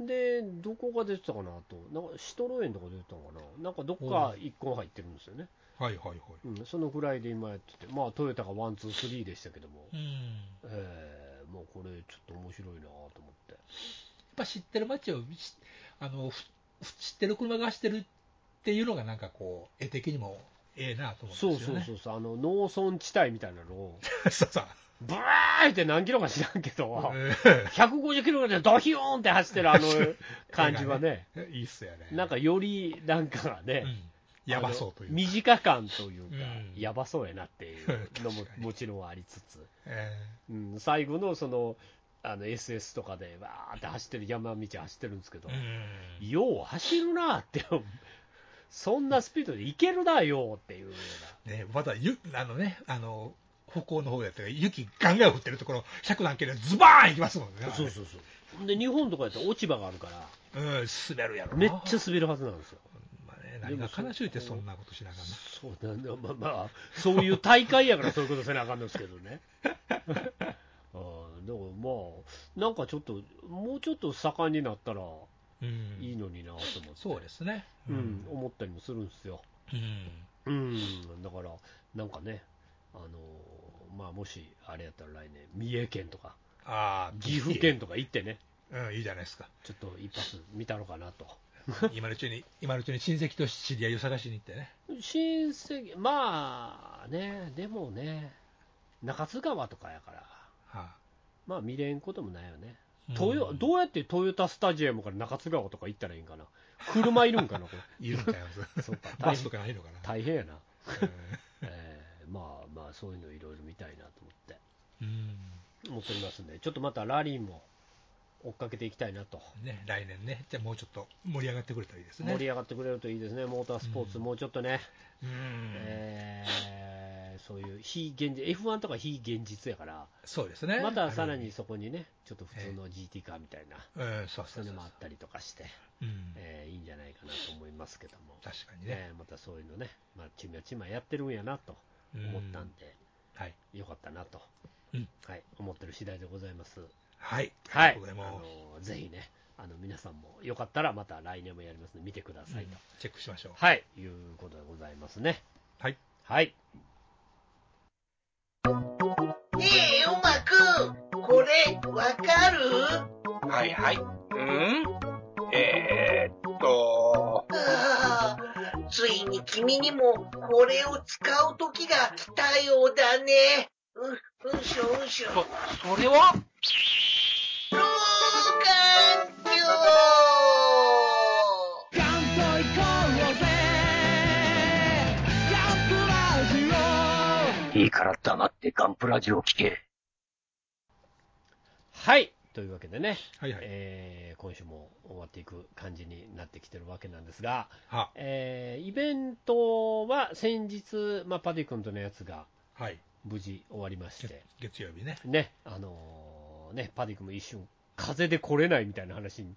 [SPEAKER 3] ん。
[SPEAKER 2] で、どこが出てたかなと、なんかシトロエンとか出てたのかな、なんかどっか1個入ってるんですよね、
[SPEAKER 3] はいはいはい。
[SPEAKER 2] うん、そのぐらいで今やってて、まあトヨタがワン、ツー、スリーでしたけども、
[SPEAKER 3] うん。
[SPEAKER 2] えー、もうこれ、ちょっと面白いなと思って、
[SPEAKER 3] やっぱ知ってる街をしあのふふ知ってる車が走ってるっていうのがなんかこう絵的にもええなと思
[SPEAKER 2] そう
[SPEAKER 3] うんです
[SPEAKER 2] そ
[SPEAKER 3] よ
[SPEAKER 2] う
[SPEAKER 3] ね。
[SPEAKER 2] そうそう、あの農村地帯みたいなのを、
[SPEAKER 3] そう *laughs* そうそう。
[SPEAKER 2] ブーって何キロか知らんけど、
[SPEAKER 3] う
[SPEAKER 2] 150キロぐらいでドヒヨーンって走ってるあの感
[SPEAKER 3] *laughs*
[SPEAKER 2] じはね、
[SPEAKER 3] ん *laughs* いいっすよね。
[SPEAKER 2] なんかよりなんか
[SPEAKER 3] う
[SPEAKER 2] ね、
[SPEAKER 3] ん、やばそうとい
[SPEAKER 2] あの
[SPEAKER 3] うか、
[SPEAKER 2] 身近感というか、
[SPEAKER 3] うん
[SPEAKER 2] やばそうやなっていうのも
[SPEAKER 3] *laughs* 確かに
[SPEAKER 2] もちろんありつつ。
[SPEAKER 3] え
[SPEAKER 2] うん、最後のそのあの SS とかでわーって走ってる山道走ってるんですけど、
[SPEAKER 3] えうん
[SPEAKER 2] よう走るなーって、そんなスピードで行けるなよーっていうよ
[SPEAKER 3] ね、まだゆあのねあの歩行の方やったら雪ガンガン降ってるところ100何キロズバーン行きますもんね
[SPEAKER 2] う。な、そうそうそう、で日本とかやったら落ち葉があるから、
[SPEAKER 3] うん、滑るやろな
[SPEAKER 2] めっちゃ、滑るはずなんですよ。
[SPEAKER 3] まあね、何が悲しいってそんなことしながらな
[SPEAKER 2] そうなんだ、まあまあ、そういう大会やからそういうことせなあかんのですけど
[SPEAKER 3] *laughs*
[SPEAKER 2] ね。あーでもまあ、なんかちょっと、もうちょっと盛んになったら
[SPEAKER 3] うん
[SPEAKER 2] いいのになと思って、
[SPEAKER 3] そうですね
[SPEAKER 2] うん、思ったりもするんですよ。
[SPEAKER 3] う
[SPEAKER 2] う
[SPEAKER 3] ん
[SPEAKER 2] ん、だから、なんかね、あのーまあ、もしあれやったら来年、三重県とか、
[SPEAKER 3] ああ
[SPEAKER 2] 岐阜県とか行ってね、
[SPEAKER 3] うん、いいじゃないですか。
[SPEAKER 2] ちょっと一発見たのかなと。
[SPEAKER 3] *laughs* 今のうちに、今のうちに親戚と知り合いを探しに行ってね。
[SPEAKER 2] 親戚、まあね、でもね、中津川とかやから、
[SPEAKER 3] は
[SPEAKER 2] まあ見れんこともないよね。
[SPEAKER 3] あ、
[SPEAKER 2] トヨ
[SPEAKER 3] うん
[SPEAKER 2] どうやってトヨタスタジアムから中津川とか行ったらいいんかな。車いるんかな、こ
[SPEAKER 3] *laughs* いるんだよ。
[SPEAKER 2] れ。 *laughs* そうか、
[SPEAKER 3] バ
[SPEAKER 2] 大
[SPEAKER 3] スと
[SPEAKER 2] 変
[SPEAKER 3] かないのかな。
[SPEAKER 2] 大変やな。
[SPEAKER 3] う
[SPEAKER 2] えーまあまあ、そういうのいろいろ見たいなと思って。
[SPEAKER 3] ん。
[SPEAKER 2] 思っておりますんで、ちょっとまたラリーも追っかけていきたいなと、
[SPEAKER 3] ね、来年ね、じゃあもうちょっと盛り上がってくれたらいいですね。
[SPEAKER 2] 盛り上がってくれるといいですね、モータースポーツ、
[SPEAKER 3] うん
[SPEAKER 2] もうちょっとね、
[SPEAKER 3] うん、
[SPEAKER 2] えーそういう非現実、F1 とか非現実やから、
[SPEAKER 3] そうですね。
[SPEAKER 2] またさらにそこにね、ちょっと普通の GT カーみたいな、
[SPEAKER 3] あの。うん、そうそ
[SPEAKER 2] そううい
[SPEAKER 3] そうう
[SPEAKER 2] のもあったりとかして、
[SPEAKER 3] うん。
[SPEAKER 2] えーいいんじゃないかなと思いますけども、
[SPEAKER 3] 確かにね。
[SPEAKER 2] えーまたそういうのね、まあ、ちまちまやってるんやなと思ったんで、
[SPEAKER 3] はい。
[SPEAKER 2] よかったなと、
[SPEAKER 3] うん
[SPEAKER 2] はい、思ってる次第でございます。
[SPEAKER 3] はい。
[SPEAKER 2] は
[SPEAKER 3] あ
[SPEAKER 2] い
[SPEAKER 3] りがとうござい、
[SPEAKER 2] あ
[SPEAKER 3] ます。
[SPEAKER 2] のぜひね、あの皆さんもよかったらまた来年もやりますので見てくださいと、
[SPEAKER 3] うんチェックしましょう。
[SPEAKER 2] はい、いうことでございますね。
[SPEAKER 3] はい。
[SPEAKER 2] はい、
[SPEAKER 4] ねえ、ヨマくん、これ、わかる
[SPEAKER 5] はいはい。うんえー、っと、
[SPEAKER 4] ああ、ついに君にも、これを使う時が来たようだね。う、うんしょうんしょ。
[SPEAKER 5] そ、それは
[SPEAKER 4] 老眼鏡
[SPEAKER 5] いいから黙ってガンプラジオ聞け。
[SPEAKER 2] はい、というわけでね、
[SPEAKER 3] はいはい。
[SPEAKER 2] えー今週も終わっていく感じになってきてるわけなんですが、
[SPEAKER 3] は、
[SPEAKER 2] えーイベントは先日、まあ、パディ君とのやつが
[SPEAKER 3] はい。
[SPEAKER 2] 無事終わりまして、*laughs*
[SPEAKER 3] 月曜日ね。
[SPEAKER 2] ね、あのーね、パディ君も一瞬、風邪で来れないみたいな話に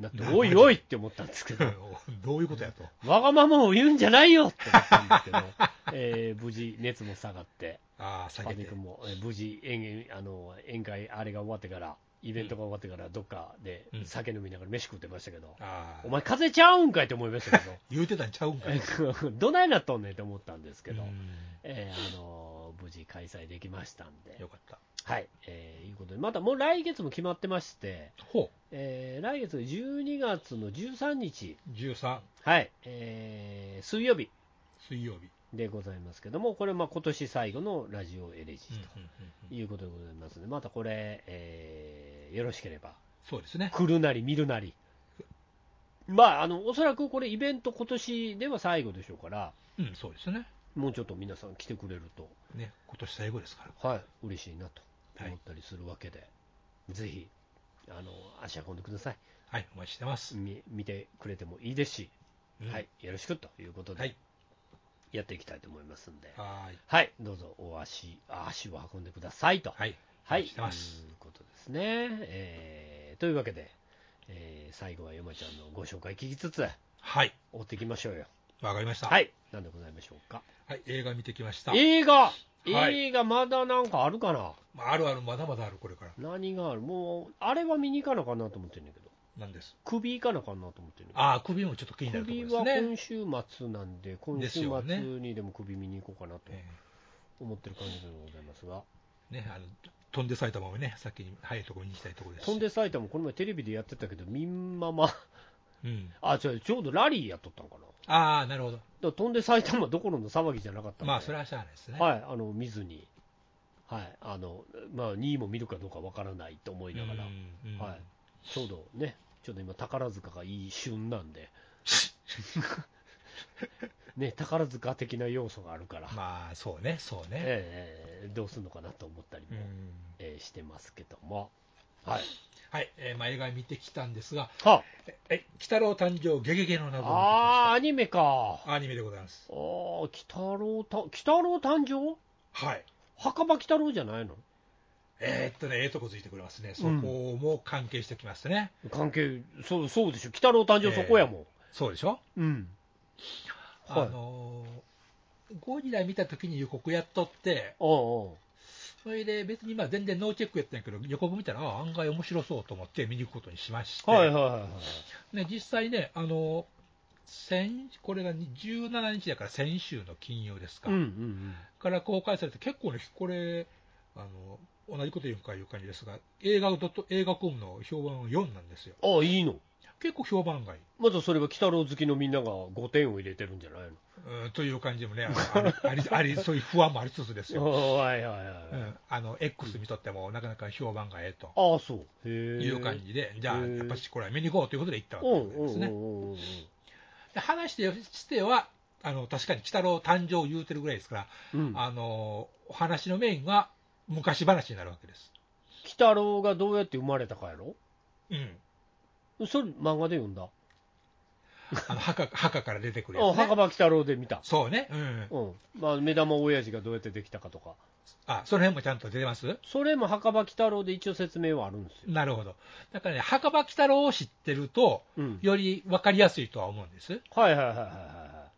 [SPEAKER 2] なって、おいおいって思ったんですけ
[SPEAKER 3] *laughs*
[SPEAKER 2] ど、
[SPEAKER 3] どういうことやと。
[SPEAKER 2] わがままを言うんじゃないよって思ったんですけど、
[SPEAKER 3] *laughs*
[SPEAKER 2] えー無事、熱も下がって、
[SPEAKER 3] ああ、避
[SPEAKER 2] パ
[SPEAKER 3] け
[SPEAKER 2] ニッ
[SPEAKER 3] て
[SPEAKER 2] ク。も、えー無事宴あの、宴会、あれが終わってから、イベントが終わってから、どっかで
[SPEAKER 3] うん
[SPEAKER 2] 酒飲みながら飯食ってましたけど、
[SPEAKER 3] あ
[SPEAKER 2] お
[SPEAKER 3] あ、
[SPEAKER 2] 前、風邪ちゃうんかいって思いましたけど
[SPEAKER 3] 言うてたんちゃうんか
[SPEAKER 2] え
[SPEAKER 3] い。
[SPEAKER 2] ー、 *laughs* どないなっとんねんって思ったんですけど、
[SPEAKER 3] うん
[SPEAKER 2] えーあの無事開催できましたんで
[SPEAKER 3] よ、かった。
[SPEAKER 2] はい、えーいうことで、またもう来月も決まってまして、
[SPEAKER 3] ほ
[SPEAKER 2] えー来月12月の13日、
[SPEAKER 3] う、13、
[SPEAKER 2] はい、えー水曜日
[SPEAKER 3] 水曜日。
[SPEAKER 2] でございますけども、これ、まあ今年最後のラジオエレジ
[SPEAKER 3] うん
[SPEAKER 2] ー
[SPEAKER 3] うんうんう
[SPEAKER 2] と
[SPEAKER 3] ん
[SPEAKER 2] いうことでございますので、またこれ、えーよろしければ、
[SPEAKER 3] そうですね。
[SPEAKER 2] 来るなり見るなり、まあ、あのおそらくこれ、イベント、今年では最後でしょうから、
[SPEAKER 3] うん、そうですね。
[SPEAKER 2] もうちょっと皆さん来てくれると、
[SPEAKER 3] ね、今年最後ですから。
[SPEAKER 2] はい、嬉しいなと
[SPEAKER 3] はい
[SPEAKER 2] 思ったりするわけで、ぜひあの足運んでください
[SPEAKER 3] はい、お待ちしてます。
[SPEAKER 2] み見てくれてもいいですし、
[SPEAKER 3] うん
[SPEAKER 2] はい、、よろしくということ
[SPEAKER 3] は
[SPEAKER 2] で
[SPEAKER 3] い、
[SPEAKER 2] やっていきたいと思いますんで、はい
[SPEAKER 3] はーい、
[SPEAKER 2] どうぞお足足を運んでくださいと、
[SPEAKER 3] はい、
[SPEAKER 2] はい、
[SPEAKER 3] お待ちしてます
[SPEAKER 2] ということですね。えーというわけで、えー最後は山ちゃんのご紹介聞きつつ、
[SPEAKER 3] はい、
[SPEAKER 2] 追っていきましょうよ。
[SPEAKER 3] わかりました。
[SPEAKER 2] は、い、何でございましょうか。
[SPEAKER 3] はい、映画見てきました。
[SPEAKER 2] 映画、
[SPEAKER 3] はい
[SPEAKER 2] 映画まだなんかあるかな
[SPEAKER 3] まあ、あるある、まだまだある、これから。
[SPEAKER 2] 何があるもう、あれは見に行かなあかんなと思ってるんだけど、
[SPEAKER 3] なんです。
[SPEAKER 2] 首行かなあかんなと思ってるんだけど。
[SPEAKER 3] ああ、首もちょっと気になるとこ
[SPEAKER 2] 首
[SPEAKER 3] ろ
[SPEAKER 2] は
[SPEAKER 3] ですね。
[SPEAKER 2] 今週末なんで、今
[SPEAKER 3] です
[SPEAKER 2] 週
[SPEAKER 3] よね
[SPEAKER 2] 末にでも首見に行こうかなと
[SPEAKER 3] え
[SPEAKER 2] 思ってる感じでございますが、
[SPEAKER 3] ーね、あの、飛んで埼玉もね、先に早いところに行きたいところです。
[SPEAKER 2] 飛ん、で埼玉、この前テレビでやってたけど、みんまま、
[SPEAKER 3] うん。
[SPEAKER 2] あ、ちょちょうどラリーやっとったんかな、だか
[SPEAKER 3] ああ、なるほど。
[SPEAKER 2] ら飛んで埼玉どころの騒ぎじゃなかったんで、
[SPEAKER 3] まあ、それはしゃあないですね。
[SPEAKER 2] はい、あの見ずに、はいあのまあ、2位も見るかどうかわからないと思いながら、
[SPEAKER 3] うんうん
[SPEAKER 2] はい、ちょうどね、ちょうど今、宝塚がいい旬なん
[SPEAKER 3] *laughs*
[SPEAKER 2] で、ね、宝塚的な要素があるから、
[SPEAKER 3] まあ、そうね、そうね。
[SPEAKER 2] ええどうするのかなと思ったりも、
[SPEAKER 3] うん
[SPEAKER 2] えーしてますけども。はい、
[SPEAKER 3] はい、えーまあ、映画見てきたんですが、
[SPEAKER 2] は
[SPEAKER 3] ええ、鬼太郎誕生ゲゲゲの謎を見てきま
[SPEAKER 2] あー、
[SPEAKER 3] し
[SPEAKER 2] アニメか。
[SPEAKER 3] た。アニメでございます。
[SPEAKER 2] ああ、鬼太郎た、鬼太郎誕生
[SPEAKER 3] はい。
[SPEAKER 2] 墓場鬼太郎じゃないの
[SPEAKER 3] えーっとね、ええとこついてくれますね。そこも関係してきますね。
[SPEAKER 2] 関係、そう、そうでしょ。鬼太郎誕生そこやもん。
[SPEAKER 3] そうでしょ
[SPEAKER 2] うん。はい
[SPEAKER 3] あのーゴジラ見た時に予告やっとって、
[SPEAKER 2] おうおう
[SPEAKER 3] それで別にまあ全然ノーチェックやったんやけど、予告見たら、あ案外面白そうと思って見に行くことにしまして、
[SPEAKER 2] はいはいはいはい。
[SPEAKER 3] ね、実際ね、あのー先これが17日だから先週の金曜ですか、
[SPEAKER 2] うんうんうん。
[SPEAKER 3] から公開されて、結構ね、これ、あの同じこと言うんかいう感じですが、映画ドット映画コムの評判は4なんですよ。
[SPEAKER 2] ああ、いいの。
[SPEAKER 3] 結構評判がいい。
[SPEAKER 2] まずそれは鬼太郎好きのみんなが5点を入れてるんじゃない
[SPEAKER 3] *laughs* うんという感じもね、あのあり、 *laughs* あり、そういう不安もありつつですよ。
[SPEAKER 2] のはいはいはい。
[SPEAKER 3] うん、あの X 見とっても、なかなか評判がええと
[SPEAKER 2] ああ、そう。へえ。
[SPEAKER 3] いう感じで、じゃあ、
[SPEAKER 2] へー
[SPEAKER 3] やっぱしこれは見に行こうということで行った
[SPEAKER 2] う
[SPEAKER 3] わ
[SPEAKER 2] ん
[SPEAKER 3] け
[SPEAKER 2] う
[SPEAKER 3] で
[SPEAKER 2] ん
[SPEAKER 3] す
[SPEAKER 2] うん
[SPEAKER 3] ね。
[SPEAKER 2] うんうん。
[SPEAKER 3] で話しては、あの確かに鬼太郎誕生を言うてるぐらいですから、
[SPEAKER 2] うん
[SPEAKER 3] あのお話のメインは昔話になるわけです。
[SPEAKER 2] 鬼太郎がどうやって生まれたかやろ
[SPEAKER 3] うん、
[SPEAKER 2] それ漫画で読んだ。
[SPEAKER 3] あの墓墓から出てくる
[SPEAKER 2] あ *laughs*
[SPEAKER 3] やつ、
[SPEAKER 2] 墓
[SPEAKER 3] ね。
[SPEAKER 2] 場鬼太郎で見た。
[SPEAKER 3] そうね、うん、
[SPEAKER 2] うん。まあ、目玉親父がどうやってできたかとか。
[SPEAKER 3] あその辺もちゃんと出てます
[SPEAKER 2] それも墓場鬼太郎で一応説明はあるんですよ。
[SPEAKER 3] なるほど。だからね、墓場鬼太郎を知ってると、
[SPEAKER 2] うん。
[SPEAKER 3] より分かりやすいとは思うんです。
[SPEAKER 2] はいはいはいはいは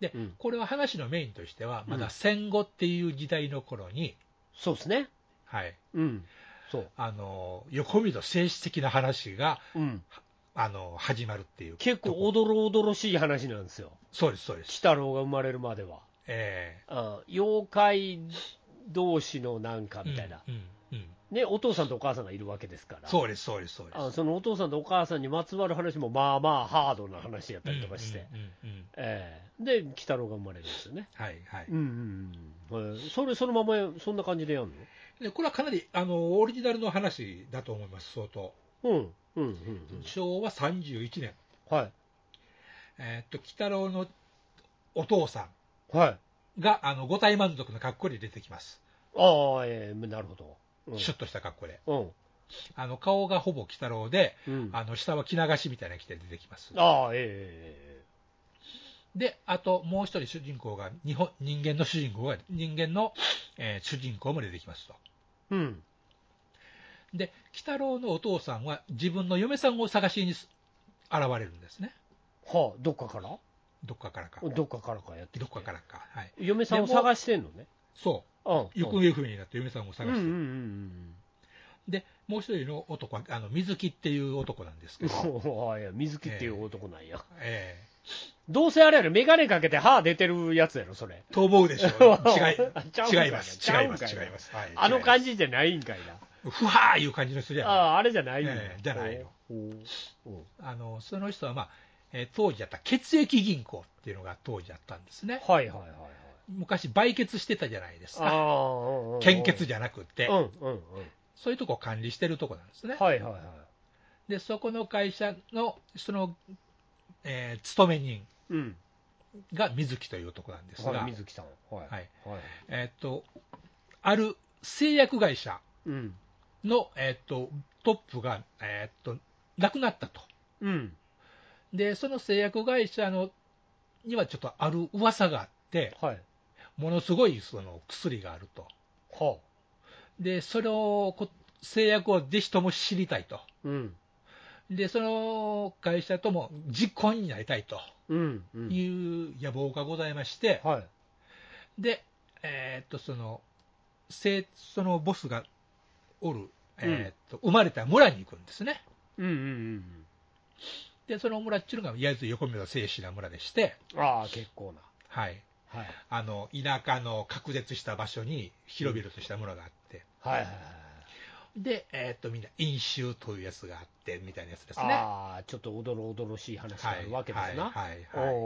[SPEAKER 3] で、
[SPEAKER 2] うん
[SPEAKER 3] これは話のメインとしては、ま
[SPEAKER 2] うん
[SPEAKER 3] だ戦後っていう時代の頃に、
[SPEAKER 2] い。そうですね。
[SPEAKER 3] はい、
[SPEAKER 2] うん。そう。
[SPEAKER 3] あの横溝政治的な話が
[SPEAKER 2] うん。
[SPEAKER 3] あの始まるっていう
[SPEAKER 2] 結構おどろおどろしい話なんですよ。
[SPEAKER 3] そうですそうで
[SPEAKER 2] 鬼
[SPEAKER 3] す、
[SPEAKER 2] 太郎が生まれるまでは。
[SPEAKER 3] え
[SPEAKER 2] あ妖怪同士のなんか
[SPEAKER 3] ー
[SPEAKER 2] みたいな、
[SPEAKER 3] うんうんうん
[SPEAKER 2] ね、お父さんとお母さんがいるわけですから、
[SPEAKER 3] そうですそうですそうです
[SPEAKER 2] あそのお父さんとお母さんにまつわる話もまあまあハードな話やったりとかして、
[SPEAKER 3] うんうんうん
[SPEAKER 2] ええで、鬼太郎が生まれるんですよね。
[SPEAKER 3] はいはい
[SPEAKER 2] うんうんうん、ええそれそのままやそんな感じでやる
[SPEAKER 3] でこれはかなりあのオリジナルの話だと思います相当
[SPEAKER 2] のうん、うん、うん、うん。
[SPEAKER 3] 昭和31年
[SPEAKER 2] は
[SPEAKER 3] えーっと鬼太郎のお父さ
[SPEAKER 2] い。はい。
[SPEAKER 3] んがあの五体満足の格好で出てきます、
[SPEAKER 2] ああ、ええなるほど。うん
[SPEAKER 3] シュッとした格好で
[SPEAKER 2] うん。
[SPEAKER 3] あの顔がほぼ鬼太郎で
[SPEAKER 2] うん、あ
[SPEAKER 3] あの下は着流しみたいなの着て出てきます
[SPEAKER 2] あ、え
[SPEAKER 3] で、あともう一人主人公が、日本人間の主人公が、人間の、えー主人公も出てきますと。
[SPEAKER 2] えええうん。
[SPEAKER 3] で、鬼太郎のお父さんは自分の嫁さんを探しにす現れるんですね。
[SPEAKER 2] はあ、どっかから
[SPEAKER 3] どっかからか。
[SPEAKER 2] どっかからかやってき
[SPEAKER 3] ど
[SPEAKER 2] て
[SPEAKER 3] っかからか。はい。
[SPEAKER 2] 嫁さんを
[SPEAKER 3] でも
[SPEAKER 2] 探してんのね。
[SPEAKER 3] そ
[SPEAKER 2] うん。
[SPEAKER 3] う。行
[SPEAKER 2] うん
[SPEAKER 3] 方不明になって嫁さんを探して、
[SPEAKER 2] うんうんうん
[SPEAKER 3] で、もう一人の男は、あの、水木っていう男なんです
[SPEAKER 2] *laughs*
[SPEAKER 3] けど、
[SPEAKER 2] うん。あいや、水木っていう男なんや。
[SPEAKER 3] え
[SPEAKER 2] どうせあれやろ、眼鏡かけて歯出てるやつやろ、それ。
[SPEAKER 3] えと思うで
[SPEAKER 2] *laughs*
[SPEAKER 3] しょう
[SPEAKER 2] ちゃうん
[SPEAKER 3] 違
[SPEAKER 2] かい
[SPEAKER 3] い、違います。
[SPEAKER 2] ちゃ
[SPEAKER 3] 違
[SPEAKER 2] う
[SPEAKER 3] い
[SPEAKER 2] ん
[SPEAKER 3] ます。
[SPEAKER 2] かい
[SPEAKER 3] 違います。はい。
[SPEAKER 2] あの感
[SPEAKER 3] じ。
[SPEAKER 2] じじゃないんかいな。
[SPEAKER 3] ふはーいう感じの人じゃない。
[SPEAKER 2] ああ、あれじゃないんや
[SPEAKER 3] ええじゃないよ
[SPEAKER 2] おうおう
[SPEAKER 3] あの、その人は、まあ、えー当時あった血液銀行っていうのが当時あったんですね。
[SPEAKER 2] はいはいはいはい。
[SPEAKER 3] 昔、売血してたじゃないです
[SPEAKER 2] あ
[SPEAKER 3] か。
[SPEAKER 2] あうんうんうん、
[SPEAKER 3] 献血じゃなくて、
[SPEAKER 2] うんうんうん。
[SPEAKER 3] そういうとこを管理してるとこなんですね。
[SPEAKER 2] はいはいはい。
[SPEAKER 3] で、そこの会社の、その、えー勤め人
[SPEAKER 2] うん。
[SPEAKER 3] が水木というとこなんですが、
[SPEAKER 2] はい、水木さん。はい。
[SPEAKER 3] はい
[SPEAKER 2] はい。
[SPEAKER 3] えーっと、ある製薬会社
[SPEAKER 2] うん。
[SPEAKER 3] の、えーっと、トップが、えーっと、亡くなったと。
[SPEAKER 2] うん。
[SPEAKER 3] で、その製薬会社の、にはちょっとある噂があって、
[SPEAKER 2] はい。
[SPEAKER 3] ものすごいその薬があると。
[SPEAKER 2] は
[SPEAKER 3] で、それをこ、製薬をぜひとも知りたいと。
[SPEAKER 2] あ。うん。
[SPEAKER 3] で、その会社とも実行になりたいと
[SPEAKER 2] うん。うん。
[SPEAKER 3] いう野望がございまして、
[SPEAKER 2] はい。
[SPEAKER 3] で、えーっと、その、せそのボスがおる、えーっと、生まれた村に行くんですね。
[SPEAKER 2] うんうんうん
[SPEAKER 3] で、その村っていうのが、いわゆる横目の静止な村でして、
[SPEAKER 2] うん。ああ、結構な。
[SPEAKER 3] はい。
[SPEAKER 2] はい。
[SPEAKER 3] あの、田舎の隔絶した場所に広々とした村があって、
[SPEAKER 2] はいはいはい。
[SPEAKER 3] で、えーっと、みんな飲酒というやつがあって、みたいなやつですね。
[SPEAKER 2] ああ、ちょっとおどろおどろしい話があるわけですな。
[SPEAKER 3] はい
[SPEAKER 2] おう
[SPEAKER 3] はいは
[SPEAKER 2] お
[SPEAKER 3] い
[SPEAKER 2] う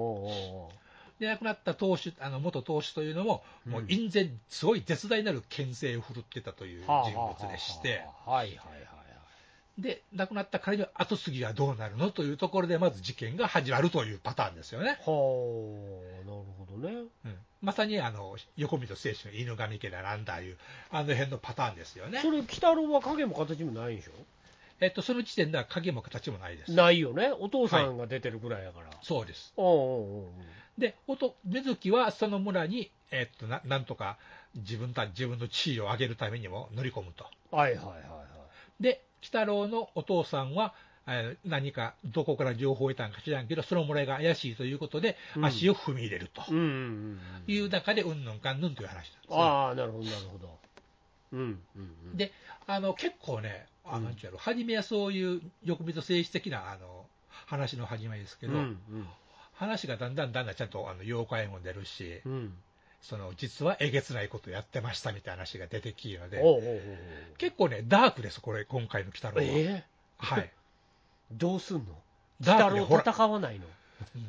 [SPEAKER 2] おう
[SPEAKER 3] で亡くなった当主あの元当主というのも、
[SPEAKER 2] うん
[SPEAKER 3] もう隠然、すごい絶大なる牽制を振るってたという
[SPEAKER 2] はあはあ
[SPEAKER 3] 人物でして、
[SPEAKER 2] はいはいはい
[SPEAKER 3] で亡くなった彼の後継ぎはどうなるのというところで、まず事件が始まるというパターンですよね、
[SPEAKER 2] ほうなるほどね
[SPEAKER 3] うんまさにあの横溝清史の犬神家だなんだいう、あの辺のパターンですよね
[SPEAKER 2] そ、れ鬼太郎は影も形もないんでしょ
[SPEAKER 3] えっと、その時点では影も形もないです、
[SPEAKER 2] ないよねお父さんが出てるぐらいやから、
[SPEAKER 3] そうです、
[SPEAKER 2] おうおうおう
[SPEAKER 3] で、おと水木はその村に、えっとななんとか自分た自分の地位を上げるためにも乗り込むと。
[SPEAKER 2] おうはいはいはいはい
[SPEAKER 3] で、鬼太郎のお父さんは、えー何かどこから情報を得たんか知らんけど、その村が怪しいということで
[SPEAKER 2] う、ん
[SPEAKER 3] 足を踏み入れると
[SPEAKER 2] うんうんうん
[SPEAKER 3] いう中で、うんぬんかんぬんという話なんですね、
[SPEAKER 2] ああなるほどなるほどうんうんうん
[SPEAKER 3] であの結構ね、あ
[SPEAKER 2] うん
[SPEAKER 3] なんちゅうやろ、初めはそういう欲人性質的なあの話の始まりですけ
[SPEAKER 2] うん
[SPEAKER 3] ど、
[SPEAKER 2] うん
[SPEAKER 3] 話がだんだんだんだんちゃんとあの妖怪も出るし、
[SPEAKER 2] うん
[SPEAKER 3] その実はえげつないことやってましたみたいな話が出てきるの
[SPEAKER 2] お
[SPEAKER 3] で、
[SPEAKER 2] うおうおうおう
[SPEAKER 3] 結構ね、ダークです、これ、今回の鬼太郎は。
[SPEAKER 2] ええ
[SPEAKER 3] はい、
[SPEAKER 2] どうすんの鬼
[SPEAKER 3] ダー
[SPEAKER 2] 太
[SPEAKER 3] クで
[SPEAKER 2] 郎
[SPEAKER 3] ホラー
[SPEAKER 2] 戦わないの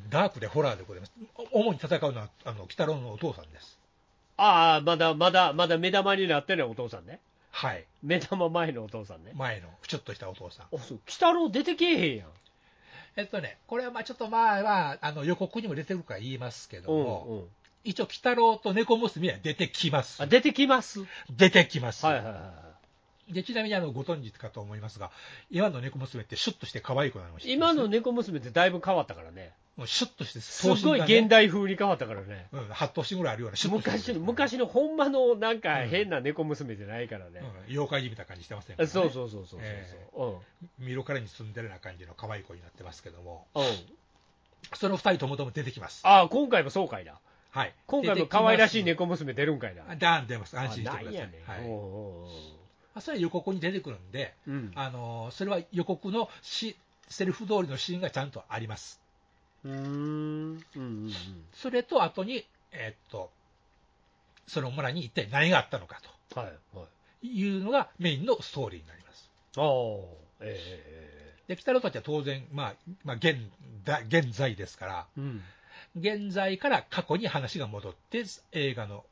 [SPEAKER 3] ダークでホラーでございます。お主に戦うのは、あの、鬼太郎のお父さんです。
[SPEAKER 2] ああまだまだまだ目玉になってないお父さんね
[SPEAKER 3] はい。
[SPEAKER 2] 目玉前のお父さんね
[SPEAKER 3] 前の、ふちょっとしたお父さん。
[SPEAKER 2] あそう鬼太郎出てけえへんやん
[SPEAKER 3] えっとね、これはまあちょっとまあまあ、あの、予告にも出てるから言いますけども、
[SPEAKER 2] うんうん
[SPEAKER 3] 一応、鬼太郎と猫娘は出てきます
[SPEAKER 2] あ。出てきます
[SPEAKER 3] 出てきます。
[SPEAKER 2] はいはいは
[SPEAKER 3] で、ちなみに、あの、ご存知かと思いますが、今の猫娘ってシュッとして可愛くなりまし
[SPEAKER 2] い
[SPEAKER 3] た。
[SPEAKER 2] 今の猫娘ってだいぶ変わったからね
[SPEAKER 3] もうシュッとして、
[SPEAKER 2] すごい現代風に変わったからね
[SPEAKER 3] 代。うん、8頭身ぐらいあるような、シュッとしてる
[SPEAKER 2] 昔の、昔のほんまのなんか変な猫娘じゃないから
[SPEAKER 3] う
[SPEAKER 2] ね
[SPEAKER 3] ん、妖怪じみたいな感じしてませんか、
[SPEAKER 2] あ
[SPEAKER 3] ね、
[SPEAKER 2] そうそうそうそうそう
[SPEAKER 3] え
[SPEAKER 2] そう
[SPEAKER 3] 見るからに住んでるような感じの可愛い子になってますけども、
[SPEAKER 2] うんうん
[SPEAKER 3] その二人ともとも出てきます。
[SPEAKER 2] ああ今回もそうかいな
[SPEAKER 3] はい。
[SPEAKER 2] 今回も可愛らしい猫娘出るんかいな
[SPEAKER 3] 出てきます。ダーン出ます。安心してくだ
[SPEAKER 2] あ
[SPEAKER 3] さい。
[SPEAKER 2] なんやねん
[SPEAKER 3] は
[SPEAKER 2] お
[SPEAKER 3] い。
[SPEAKER 2] う
[SPEAKER 3] ま
[SPEAKER 2] おう
[SPEAKER 3] あ、それは予告に出てくるんで、
[SPEAKER 2] おううん
[SPEAKER 3] あのーそれは予告のしセリフ通りのシーンがちゃんとあります。
[SPEAKER 2] うーんうんうんうん
[SPEAKER 3] それと後に、えーっと、その村に一体何があったのか
[SPEAKER 2] はいはい
[SPEAKER 3] というのがメインのストーリーになります。
[SPEAKER 2] ああえええ
[SPEAKER 3] で、鬼太郎たちは当然、まあ、まあ、現だ現在ですから、
[SPEAKER 2] えうん
[SPEAKER 3] 現在から過去に話が戻って、映画の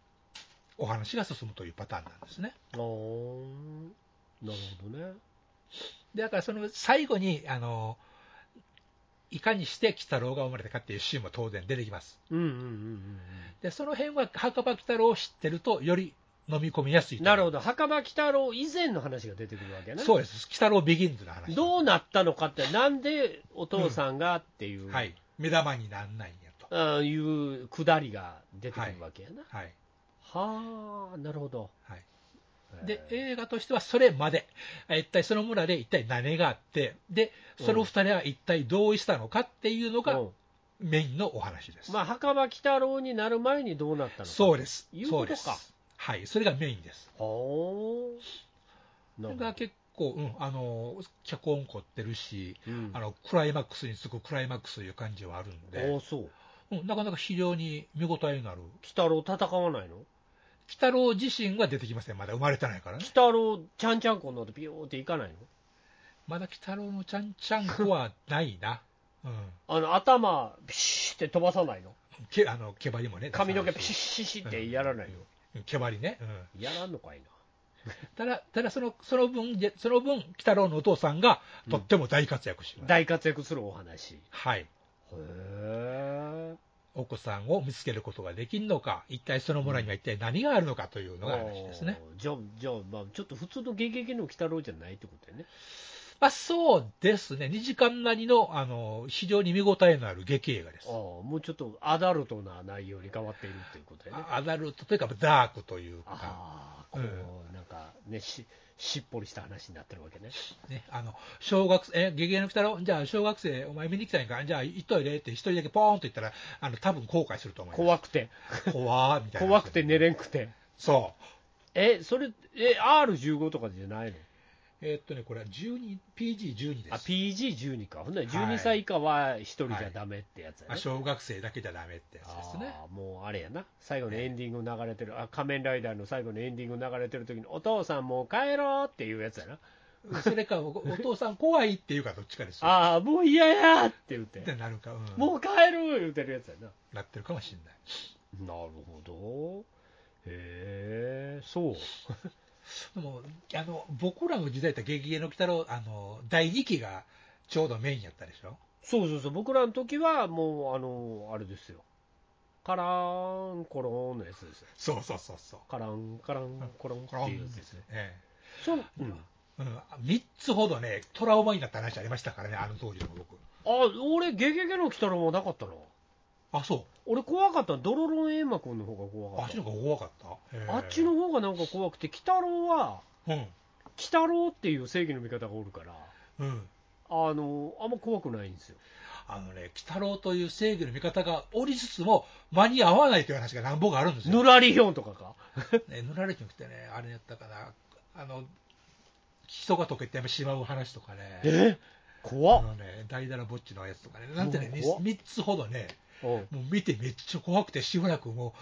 [SPEAKER 3] お話が進むというパターンなんですね。
[SPEAKER 2] ああなるほどね
[SPEAKER 3] でだからその最後にあのいかにして鬼太郎が生まれたかっていうシーンも当然出てきます
[SPEAKER 2] うんうんうんうん
[SPEAKER 3] でその辺は墓場鬼太郎を知ってるとより飲み込みやすい
[SPEAKER 2] うんなるほど
[SPEAKER 3] ど
[SPEAKER 2] 墓場鬼太郎以前の話が出てくるわけね
[SPEAKER 3] そうです鬼太郎ビギンズの話
[SPEAKER 2] どうなったのかって、なんでお父さんがっていう、
[SPEAKER 3] はい目玉になんないんやと
[SPEAKER 2] あーいうくだりが出てくるわけやな。
[SPEAKER 3] はい
[SPEAKER 2] はあ、なるほど。
[SPEAKER 3] はいで、映画としてはそれまで、あ一体その村で一体何があって、で、その二人は一体同意したのかっていうのが
[SPEAKER 2] うん
[SPEAKER 3] メインのお話です。
[SPEAKER 2] まあ、墓場鬼太郎になる前にどうなったのか
[SPEAKER 3] そうです。
[SPEAKER 2] いうことか
[SPEAKER 3] そうです。はい、それがメインです。
[SPEAKER 2] ほう
[SPEAKER 3] そ
[SPEAKER 2] な
[SPEAKER 3] れ
[SPEAKER 2] るほ
[SPEAKER 3] が
[SPEAKER 2] ど
[SPEAKER 3] 結構、うん、あの、脚本凝ってるし、
[SPEAKER 2] うん
[SPEAKER 3] あの、クライマックスにつくクライマックスという感じはあるん
[SPEAKER 2] お
[SPEAKER 3] で
[SPEAKER 2] ー、そう
[SPEAKER 3] うん、なかなか非常に見応えのある。
[SPEAKER 2] 鬼太郎戦わないの鬼
[SPEAKER 3] 鬼太郎自身は出てきません。まだ生まれてないからね。
[SPEAKER 2] 太郎ちゃんちゃんこになってビヨーっていかないの
[SPEAKER 3] まだ鬼太郎のちゃんちゃんこはないな。 *laughs* うん。
[SPEAKER 2] あの頭ピシッって飛ばさないの
[SPEAKER 3] けあの毛張りもね、
[SPEAKER 2] 髪の毛
[SPEAKER 3] 出
[SPEAKER 2] ピ
[SPEAKER 3] さ
[SPEAKER 2] シ
[SPEAKER 3] ない
[SPEAKER 2] ッ
[SPEAKER 3] し
[SPEAKER 2] シッシッってやらないの、
[SPEAKER 3] うん毛張りね、うん
[SPEAKER 2] やらんのかいな
[SPEAKER 3] ただ、ただそのその分で、その分、鬼太郎のお父さんがとっても大活躍します、
[SPEAKER 2] 大活躍するお話へ
[SPEAKER 3] はい、
[SPEAKER 2] え
[SPEAKER 3] 奥さんを見つけることができるのか、一体その村には一体何があるのかというのが話ですね。
[SPEAKER 2] じゃあじゃあ、まあ、ちょっと普通の「ゲゲゲの鬼太郎」じゃないってことやね
[SPEAKER 3] まあ、そうですね、2時間なりのあの非常に見応えのある劇映画です
[SPEAKER 2] ああ。もうちょっとアダルトな内容に変わっているっていうことやね
[SPEAKER 3] あアダルトというか、ダークというか、
[SPEAKER 2] ああこう、なんかねししっぽりした話になってるわけね
[SPEAKER 3] ね、あの小学生、え、ゲゲゲの鬼太郎、じゃあ、小学生、お前見に来たんやんか、じゃあ、行っといでって、一人だけポーンと言ったら、あの多分後悔すると思います。
[SPEAKER 2] 怖くて
[SPEAKER 3] 怖ーみたいな。
[SPEAKER 2] 怖くて寝れんくて
[SPEAKER 3] そう。
[SPEAKER 2] えそれえ R15 とかじゃないの
[SPEAKER 3] えーっとね、これは12、PG12 です。
[SPEAKER 2] あ PG12 かほんなら
[SPEAKER 3] はい
[SPEAKER 2] 12歳以下は一人じゃダメってやつやね、
[SPEAKER 3] まあ小学生だけじゃダメってやつですね。
[SPEAKER 2] あーもうあれやな、最後のエンディング流れてる、あ仮面ライダーの最後のエンディング流れてる時に、お父さん、もう帰ろうっていうやつやな、
[SPEAKER 3] それかお、お父さん怖いっていうかどっちかですよ。
[SPEAKER 2] ああ、もう嫌やって言っ、
[SPEAKER 3] っててなるか、うん、
[SPEAKER 2] もう帰る言うてるやつやな。
[SPEAKER 3] なってるかもしれない。
[SPEAKER 2] なるほど、へえ、そう、
[SPEAKER 3] でも、あの、僕らの時代ってゲゲゲの鬼太郎、あの、第2期がちょうどメインやったでしょ。
[SPEAKER 2] そうそうそう、僕らの時は、もう、あの、あれですよ、カラーンコロンのやつですよ、
[SPEAKER 3] そうそうそうそう。
[SPEAKER 2] カランカランコロンって
[SPEAKER 3] コロン
[SPEAKER 2] いうやつ
[SPEAKER 3] で
[SPEAKER 2] ですすよ
[SPEAKER 3] ね。。え
[SPEAKER 2] そう、うん
[SPEAKER 3] えうん、3つほどね、トラウマになった話ありましたからね、あの当時の僕。
[SPEAKER 2] あ、俺、ゲゲゲの鬼太郎はなかったな。
[SPEAKER 3] あ、そ
[SPEAKER 2] 俺怖かったのドロロンエイマ君の方が
[SPEAKER 3] う。
[SPEAKER 2] 怖
[SPEAKER 3] あ
[SPEAKER 2] か
[SPEAKER 3] っ
[SPEAKER 2] っ
[SPEAKER 3] ち
[SPEAKER 2] た
[SPEAKER 3] の方が怖かった。へえ
[SPEAKER 2] あっちの。方がなんか怖くて鬼太郎は
[SPEAKER 3] うん。
[SPEAKER 2] 鬼太郎っていう正義の味方がおるから
[SPEAKER 3] うん。
[SPEAKER 2] あのあんま怖くないんですよ
[SPEAKER 3] あのね、鬼太郎という正義の味方がおりつつも、間に合わないという話がなんぼかあるんですよ。
[SPEAKER 2] ぬらりひょんとかか
[SPEAKER 3] ね、塗られてなくてね、あれやったかな、あの、人が溶けてしまう話とかね、
[SPEAKER 2] え
[SPEAKER 3] あ
[SPEAKER 2] 怖っ
[SPEAKER 3] のね、ダイダラぼっちのやつとかね、なんてね、
[SPEAKER 2] うん怖っ
[SPEAKER 3] 3, つほどね、
[SPEAKER 2] うん
[SPEAKER 3] もう見てめっちゃ怖くて、しばらくも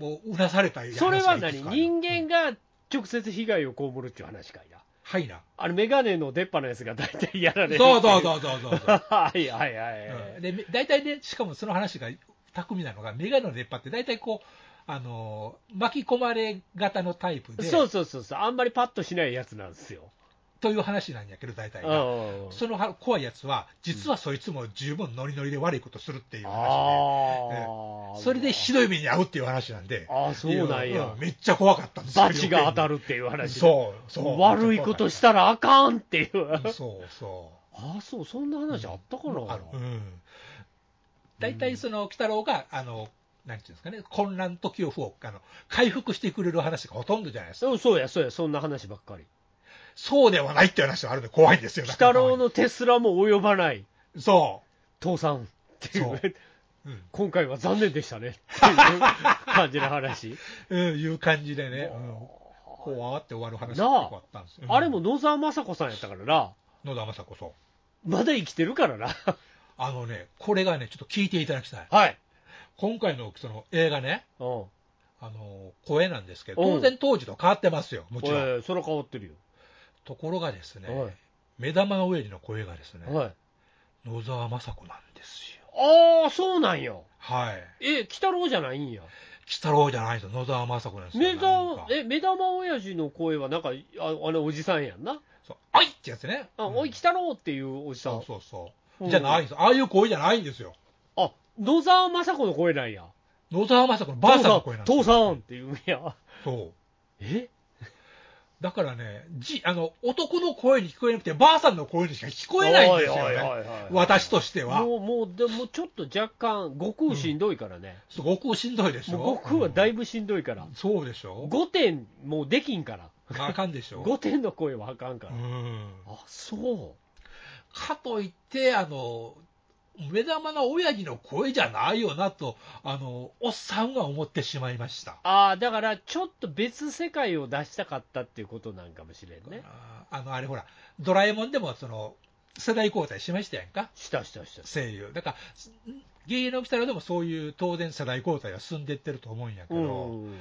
[SPEAKER 3] う、もううなされた
[SPEAKER 2] それは
[SPEAKER 3] 話がいく
[SPEAKER 2] 何
[SPEAKER 3] つかある
[SPEAKER 2] 人間が直接被害を被るっていう話かいな
[SPEAKER 3] はいな。
[SPEAKER 2] あれメガネの出っ歯のやつが大体やられる
[SPEAKER 3] そうそう
[SPEAKER 2] う
[SPEAKER 3] そうそうそうそう。
[SPEAKER 2] *laughs* はいはいはいは
[SPEAKER 3] うん
[SPEAKER 2] い
[SPEAKER 3] で、大体ね、しかもその話が巧みなのが、メガネの出っ張って、大体こう、あのー巻き込まれ型のタイプで、
[SPEAKER 2] そうそうそうそうあんまりパッとしないやつなんですよ
[SPEAKER 3] という話なんやけど、大体
[SPEAKER 2] う
[SPEAKER 3] が。
[SPEAKER 2] ん
[SPEAKER 3] そのは怖いやつは、実はそいつも十分ノリノリで悪いことするっていう話
[SPEAKER 2] あ
[SPEAKER 3] で、
[SPEAKER 2] あ
[SPEAKER 3] それでひどい目に遭うっていう話なんで、
[SPEAKER 2] ああそうなんや、
[SPEAKER 3] うめっちゃ怖かったんですよ
[SPEAKER 2] 罰が当た
[SPEAKER 3] る
[SPEAKER 2] るっていう話う
[SPEAKER 3] そう、そう。
[SPEAKER 2] 悪いことしたらあかんっていう、
[SPEAKER 3] たそう、そう。
[SPEAKER 2] ああそうそんな話あったかな、
[SPEAKER 3] あるうん大体その鬼太郎が、あの、なんていうんですかね、混乱と恐怖をあの回復してくれる話がほとんどじゃないですか。
[SPEAKER 2] そうそうやそうやそんな話ばっかり
[SPEAKER 3] そうではないっていう話があるんで怖いんですよ。
[SPEAKER 2] 鬼太郎。のテスラも及ばない
[SPEAKER 3] そ
[SPEAKER 2] 倒産っていう
[SPEAKER 3] そうう。うん。
[SPEAKER 2] 今回は残念で
[SPEAKER 3] *laughs*
[SPEAKER 2] したねっていう感じの話
[SPEAKER 3] うん、いう感じでね、うん。怖って終わる話が結構あったんですよ。
[SPEAKER 2] あれも
[SPEAKER 3] うん
[SPEAKER 2] 野沢雅子さんやったからな
[SPEAKER 3] 野田雅子そう。
[SPEAKER 2] まだ生きてるからな
[SPEAKER 3] あのね、これがね、ちょっと聞いていただきたい。
[SPEAKER 2] はい、
[SPEAKER 3] 今回のその映画ね、
[SPEAKER 2] うん、お
[SPEAKER 3] あの、声なんですけど、
[SPEAKER 2] うん
[SPEAKER 3] 当然当時と変わってますよ、も
[SPEAKER 2] い
[SPEAKER 3] ちろん。
[SPEAKER 2] それ変わってるよ、
[SPEAKER 3] ところがですね、
[SPEAKER 2] はい
[SPEAKER 3] 目玉の上にの声がですね、
[SPEAKER 2] はい、
[SPEAKER 3] 野沢雅子なんですよ。
[SPEAKER 2] ああそうなんや
[SPEAKER 3] はい。
[SPEAKER 2] え鬼太郎じゃないんや
[SPEAKER 3] 鬼太郎じゃないんですよ。野沢雅子なんですよ。
[SPEAKER 2] 目
[SPEAKER 3] なん
[SPEAKER 2] 玉
[SPEAKER 3] か
[SPEAKER 2] え目玉親父の声はなんかああのおじさんやんな
[SPEAKER 3] そう、あいってやつね。
[SPEAKER 2] あ、
[SPEAKER 3] うん
[SPEAKER 2] おい、来たろうっていうおじさん。
[SPEAKER 3] そうそうそう。
[SPEAKER 2] うん
[SPEAKER 3] じゃないんですよ。ああいう声じゃないんですよ。
[SPEAKER 2] あ、野沢雅子の声なんや。
[SPEAKER 3] 野沢雅子のばあさんの声なんですよ。
[SPEAKER 2] 父さん父さんっていうんや。
[SPEAKER 3] そう。
[SPEAKER 2] え
[SPEAKER 3] だからね、じ、あの、男の声に聞こえなくて、ばあさんの声にしか聞こえないんですよ
[SPEAKER 2] おいおいおい
[SPEAKER 3] ね。
[SPEAKER 2] おいおい
[SPEAKER 3] 私としては。
[SPEAKER 2] もう、もう、でもちょっと若干、悟空しんどいからね。
[SPEAKER 3] すごくしんどいでしょ。
[SPEAKER 2] もう悟空はだい
[SPEAKER 3] ぶ。
[SPEAKER 2] ぶしんどいから。
[SPEAKER 3] そうでしょ。
[SPEAKER 2] 5点もうできんから。
[SPEAKER 3] まあ、あかんでしょ。
[SPEAKER 2] 5点の声はあかんか
[SPEAKER 3] う
[SPEAKER 2] ら。
[SPEAKER 3] ん。
[SPEAKER 2] あ、そう。
[SPEAKER 3] かといって、あの、目玉な親父の声じゃないよなと、あの、おっさんが思ってしまいました。
[SPEAKER 2] ああ、だから、ちょっと別世界を出したかったっていうことなんかもしれんね。
[SPEAKER 3] あーあの、あれほら、ドラえもんでも、その、世代交代しましたやんか、
[SPEAKER 2] したしたした。
[SPEAKER 3] 声優。だから、す芸能たらでもそういう当然世代交代は進んでってると思うんやけ
[SPEAKER 2] う
[SPEAKER 3] ど、
[SPEAKER 2] ん。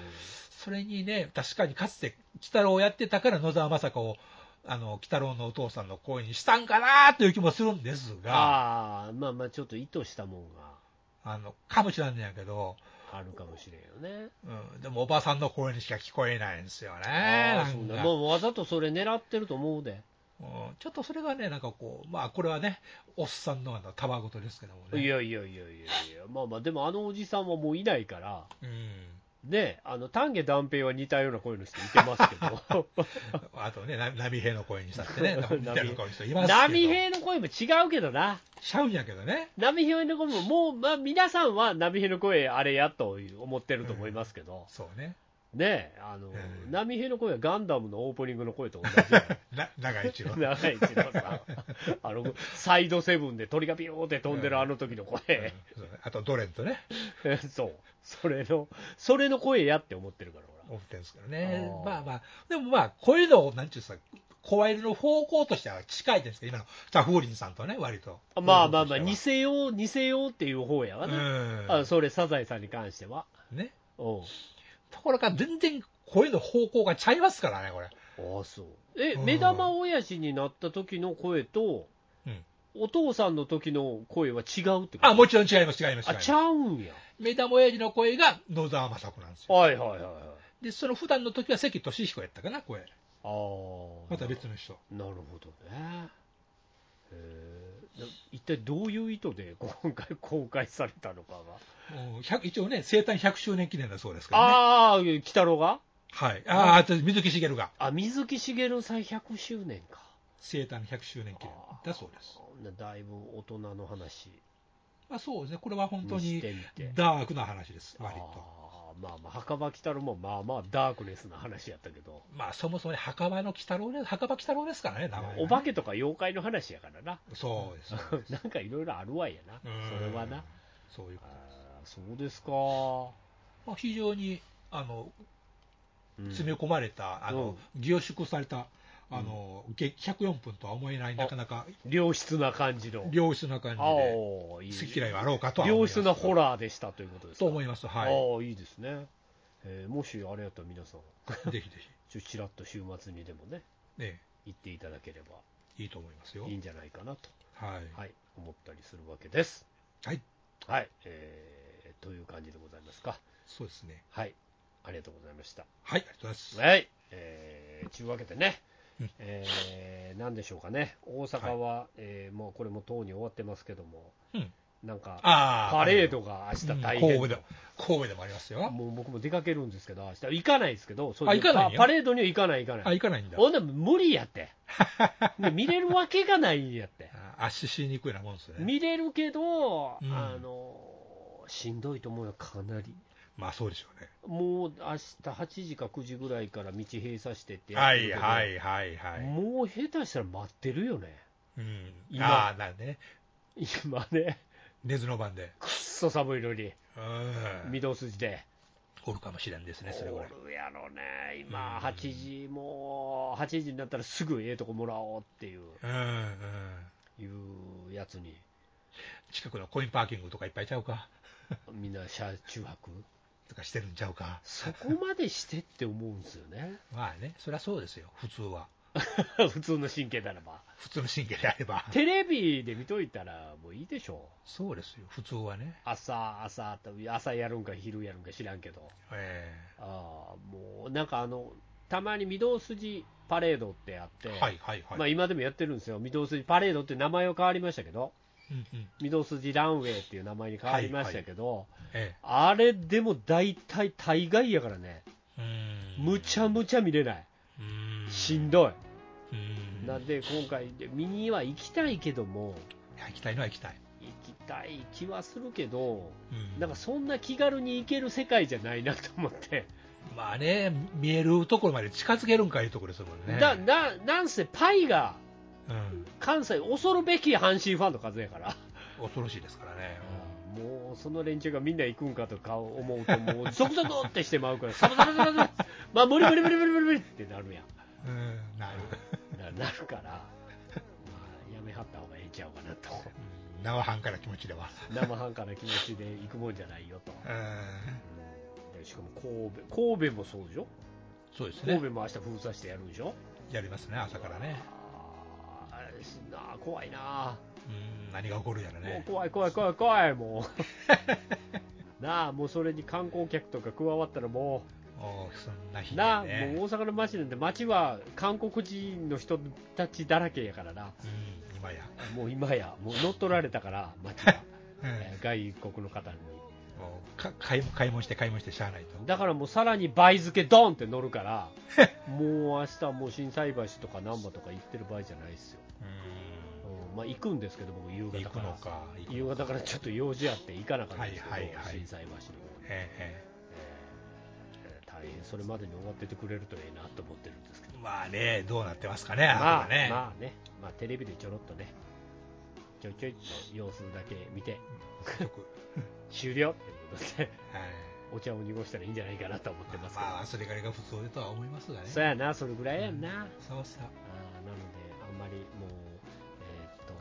[SPEAKER 3] それにね、確かにかつて、鬼太郎をやってたから野沢雅子を、あの、鬼太郎のお父さんの声にしたんかなという気もするんですが、あ
[SPEAKER 2] ああ、まあまあ、ちょっと意図したもんが
[SPEAKER 3] の、かもしれんねやけど、
[SPEAKER 2] あるかもしれんよね。
[SPEAKER 3] うん、でもおばさんの声にしか聞こえないんですよね。
[SPEAKER 2] ああ
[SPEAKER 3] なん
[SPEAKER 2] そう
[SPEAKER 3] か
[SPEAKER 2] だもうわざとそれ狙ってると思うで。
[SPEAKER 3] うんちょっとそれがね、なんかこう、まあこれはね、おっさんのあの、たわごとですけどもね。
[SPEAKER 2] いやいやいやいやいや、まあまあ、でもあのおじさんはもういないから、
[SPEAKER 3] うん。
[SPEAKER 2] ね、あの丹下断平は似たような声の人いてますけ
[SPEAKER 3] *laughs*
[SPEAKER 2] ど、
[SPEAKER 3] あとね、な波平の声にし
[SPEAKER 2] *laughs*
[SPEAKER 3] たってね、波平の声の人いますけど。
[SPEAKER 2] 波平の声も違うけどな、
[SPEAKER 3] しゃうんやけどね。
[SPEAKER 2] 波平の声も、もう、まあ、皆さんは波平の声、あれやと思ってると思いますけど、
[SPEAKER 3] そうね。
[SPEAKER 2] ね、あの
[SPEAKER 3] うん
[SPEAKER 2] 波平の声はガンダムのオープニングの声と同じやん。
[SPEAKER 3] な、長い
[SPEAKER 2] *laughs*
[SPEAKER 3] 一郎。
[SPEAKER 2] 長い一郎さんあのサイドセブンで鳥がビヨーって飛んでるあの時の
[SPEAKER 3] うん
[SPEAKER 2] 声、
[SPEAKER 3] そうねあとドレンとね、
[SPEAKER 2] *laughs* そう、それの、それの声やって思ってるから、俺は
[SPEAKER 3] 思ってるんですけどね
[SPEAKER 2] あ。ー
[SPEAKER 3] まあまあ、でもまあ、こういうのを、なんちゅうさ、声の方向としては近いですけど、今の、ザ・フーリンさんとね、割と。
[SPEAKER 2] まあまあまあ、
[SPEAKER 3] 方
[SPEAKER 2] 似
[SPEAKER 3] 向として
[SPEAKER 2] せよう、似せようっていう方やわな、
[SPEAKER 3] は
[SPEAKER 2] あそれ、サザエさんに関しては。
[SPEAKER 3] うん。ね。
[SPEAKER 2] うん
[SPEAKER 3] ところが全然声の方向がちゃいますからね、これ。
[SPEAKER 2] ああそうえ、
[SPEAKER 3] うん
[SPEAKER 2] 目玉親父になった時の声と、
[SPEAKER 3] うん
[SPEAKER 2] お父さんの時の声は違うってこと
[SPEAKER 3] あ、もちろん違います、違います、違い
[SPEAKER 2] あ
[SPEAKER 3] ま
[SPEAKER 2] ち
[SPEAKER 3] す。
[SPEAKER 2] ゃうんや。
[SPEAKER 3] 目玉親父の声が野沢雅子なんですよ。
[SPEAKER 2] はいはいはいはい。
[SPEAKER 3] で、その普段の時は関俊彦やったかな、声。
[SPEAKER 2] ああ。
[SPEAKER 3] また別の人。
[SPEAKER 2] なるほどね。へえな一体どういう意図で今回公開されたのかが。
[SPEAKER 3] うん100一応ね、生誕100周年記念だそうですけどね。
[SPEAKER 2] ああ、鬼太郎が
[SPEAKER 3] はい。ああと、水木しげるが
[SPEAKER 2] あ、水木しげるさん100周年か。
[SPEAKER 3] 生誕100周年記念だそうです。
[SPEAKER 2] なだいぶ大人の話
[SPEAKER 3] まあそうですね、これは本当
[SPEAKER 2] にし
[SPEAKER 3] に
[SPEAKER 2] てみて。
[SPEAKER 3] ダークな話です、割と。
[SPEAKER 2] あーまあまあ、墓場鬼太郎もまあまあダークネスな話やったけど、
[SPEAKER 3] まあそもそもね、墓場の鬼太郎で、墓場鬼太郎ですからね、名前がね
[SPEAKER 2] お化けとか妖怪の話やからな、
[SPEAKER 3] そう *laughs* です。
[SPEAKER 2] なんかいろいろあるわやな、それは
[SPEAKER 3] うん
[SPEAKER 2] な。。
[SPEAKER 3] そういう
[SPEAKER 2] あーそうですか、う
[SPEAKER 3] まあ、非常にあの
[SPEAKER 2] ん
[SPEAKER 3] 詰め込まれた、あの凝縮されたあの、げ104分とは思えない、なかなか
[SPEAKER 2] 良質な感じの、
[SPEAKER 3] 良質な感じで、
[SPEAKER 2] ああいい
[SPEAKER 3] 好き嫌いはあろうかとは思い
[SPEAKER 2] 良
[SPEAKER 3] ます
[SPEAKER 2] 質なホラーでしたということですか
[SPEAKER 3] と思います、は
[SPEAKER 2] ああいいですね、えーもしあれやったら皆さん、
[SPEAKER 3] い、ぜひぜ
[SPEAKER 2] ちょっとちらっと週末にでもね、
[SPEAKER 3] ひ、ね、
[SPEAKER 2] 行っていただければ
[SPEAKER 3] いいと思いますよ
[SPEAKER 2] いい、んじゃないかなと、
[SPEAKER 3] はい
[SPEAKER 2] はい、思ったりするわけです。
[SPEAKER 3] はい、
[SPEAKER 2] はい、えーという感じでございますか。
[SPEAKER 3] そうですね、
[SPEAKER 2] はい、ありがとうございました。
[SPEAKER 3] はい、ありがとうございます、
[SPEAKER 2] はい、えー、ちゅうわけでね
[SPEAKER 3] うん、
[SPEAKER 2] えー、なんでしょうかね、大阪は、えーもうこれもとうに終わってますけども、
[SPEAKER 3] うん
[SPEAKER 2] なんか、
[SPEAKER 3] あー
[SPEAKER 2] パレードが明
[SPEAKER 3] う
[SPEAKER 2] 日
[SPEAKER 3] ん
[SPEAKER 2] 大
[SPEAKER 3] 神戸
[SPEAKER 2] 変
[SPEAKER 3] でも、神戸でもありますよ、
[SPEAKER 2] もう僕も出かけるんですけど、明日行かないですけど、そうう
[SPEAKER 3] あ行かないん
[SPEAKER 2] パ
[SPEAKER 3] や
[SPEAKER 2] パレードには行かない、行かな
[SPEAKER 3] あ
[SPEAKER 2] い。
[SPEAKER 3] 行かないんだ、
[SPEAKER 2] ほんなら無理や
[SPEAKER 3] *laughs*
[SPEAKER 2] って、ね見れるわけがないんやって。
[SPEAKER 3] あ圧死しにくいようなもんですね、
[SPEAKER 2] 見れるけど、
[SPEAKER 3] うん
[SPEAKER 2] あのしんどいと思うよ、かなり。
[SPEAKER 3] まあそうでしょうね、
[SPEAKER 2] もう明日8時か9時ぐらいから道閉鎖してってやっ
[SPEAKER 3] は
[SPEAKER 2] てる
[SPEAKER 3] い
[SPEAKER 2] けど
[SPEAKER 3] はいはいはい、
[SPEAKER 2] もう下手したら待ってるよね、
[SPEAKER 3] うん、
[SPEAKER 2] 今
[SPEAKER 3] ああ、なんね、
[SPEAKER 2] 今ね、
[SPEAKER 3] 根津の番で、
[SPEAKER 2] くっそ寒いのに、
[SPEAKER 3] うん、
[SPEAKER 2] 御堂筋で、
[SPEAKER 3] おるかもしれんですね、それぐらい。
[SPEAKER 2] おるやろね、今、
[SPEAKER 3] うん
[SPEAKER 2] 8時、もう8時になったらすぐええとこもらおうっていう
[SPEAKER 3] うんうん
[SPEAKER 2] いうやつに、
[SPEAKER 3] 近くのコインパーキングとかいっぱいちゃうか
[SPEAKER 2] みんな車中泊、
[SPEAKER 3] とかしてるんちゃうか
[SPEAKER 2] そこまでしてって思うんですよね、 *laughs*
[SPEAKER 3] まあねそりゃそうですよ普通は
[SPEAKER 2] 普通の神経ならば。
[SPEAKER 3] 普通の神経であれば
[SPEAKER 2] テレビで見といたらもういいでしょ
[SPEAKER 3] そうですよ普通はね
[SPEAKER 2] 朝、朝、朝やるんか昼やるんか知らんけど、
[SPEAKER 3] え
[SPEAKER 2] あーもうなんかあの、たまに御堂筋パレードってあって、
[SPEAKER 3] えはいはいはい、
[SPEAKER 2] まあ、今でもやってるんですよ、御堂筋パレードって名前は変わりましたけど、
[SPEAKER 3] うんうん
[SPEAKER 2] 御堂筋ランウェイっていう名前に変わりましたけど、
[SPEAKER 3] え
[SPEAKER 2] あれでも大体、大概やからね、
[SPEAKER 3] えうん
[SPEAKER 2] むちゃむちゃ見れない、
[SPEAKER 3] うん
[SPEAKER 2] しんどい、
[SPEAKER 3] うん
[SPEAKER 2] なんで今回、見には行きたいけども、
[SPEAKER 3] いや行きたいのは行きたい、
[SPEAKER 2] 行きたい気はするけど、
[SPEAKER 3] うん
[SPEAKER 2] なんかそんな気軽に行ける世界じゃないなと思って、
[SPEAKER 3] まあね、見えるところまで近づけるんかいうところですもんね。
[SPEAKER 2] だななんせパイが
[SPEAKER 3] うん、
[SPEAKER 2] 関西恐るべき阪神ファンの数やから、
[SPEAKER 3] 恐ろしいですからね。
[SPEAKER 2] もうその連中がみんな行くんかとか思うともうゾクゾクってしてまうからサバサバサバサバまあ無理無理無理無理無理無理ってなるやん
[SPEAKER 3] うん、なる。
[SPEAKER 2] ななるから、まあ、やめはった方がええんちゃうかなと
[SPEAKER 3] うん生半可な気持ちでは。
[SPEAKER 2] 生半可な気持ちで行くもんじゃないよと、
[SPEAKER 3] うん、
[SPEAKER 2] うんしかも神戸神戸もそうでしょ
[SPEAKER 3] そうですね
[SPEAKER 2] 神。戸も明日封鎖してやるんでしょ
[SPEAKER 3] やりますね、朝からね。
[SPEAKER 2] あーしんな怖いな、
[SPEAKER 3] うん、何が起こるや
[SPEAKER 2] も
[SPEAKER 3] ら
[SPEAKER 2] う
[SPEAKER 3] ね。
[SPEAKER 2] 怖い怖い怖い怖いもう *laughs* なあもうそれに観光客とか加わったらも
[SPEAKER 3] おーそんな
[SPEAKER 2] う
[SPEAKER 3] 日
[SPEAKER 2] な
[SPEAKER 3] だ
[SPEAKER 2] あも
[SPEAKER 3] ね。
[SPEAKER 2] う大阪の街なんて街は韓国人の人たちだらけやからな
[SPEAKER 3] うん、今や。
[SPEAKER 2] もう今やもう乗っ取られたから街
[SPEAKER 3] *laughs*
[SPEAKER 2] が、
[SPEAKER 3] うん
[SPEAKER 2] えー外国の方に
[SPEAKER 3] もうか買い買い物して買い物してしゃあないと。
[SPEAKER 2] だからもうさらに倍付けドンって乗るから
[SPEAKER 3] *laughs*
[SPEAKER 2] もう明日もう心斎橋とか難波とか行ってる場合じゃないですよ、
[SPEAKER 3] う
[SPEAKER 2] うんまあ、行くんですけども夕
[SPEAKER 3] ん。行
[SPEAKER 2] 方
[SPEAKER 3] く
[SPEAKER 2] から
[SPEAKER 3] のか。行く
[SPEAKER 2] 夕方からちょっと用事あって行かなかったんですけど、
[SPEAKER 3] はいはいはい
[SPEAKER 2] 震災橋の方に、
[SPEAKER 3] え
[SPEAKER 2] えー大変それまでに終わっててくれるといいなと思ってるんですけど
[SPEAKER 3] え、まあね、どうなってますかね、あ
[SPEAKER 2] ま
[SPEAKER 3] なた
[SPEAKER 2] あ
[SPEAKER 3] ね、
[SPEAKER 2] まあね、まあ、テレビでちょろっとねちょいちょいっと様子だけ見て
[SPEAKER 3] よく
[SPEAKER 2] 終了ということで
[SPEAKER 3] はい
[SPEAKER 2] お茶を濁したらいいんじゃないかなと思ってますけど、
[SPEAKER 3] まあ、それがりが普通でとは思いますがね。
[SPEAKER 2] そやなそれぐらいやんな、
[SPEAKER 3] そうさ。
[SPEAKER 2] あーなので、あんまりもう、えーっと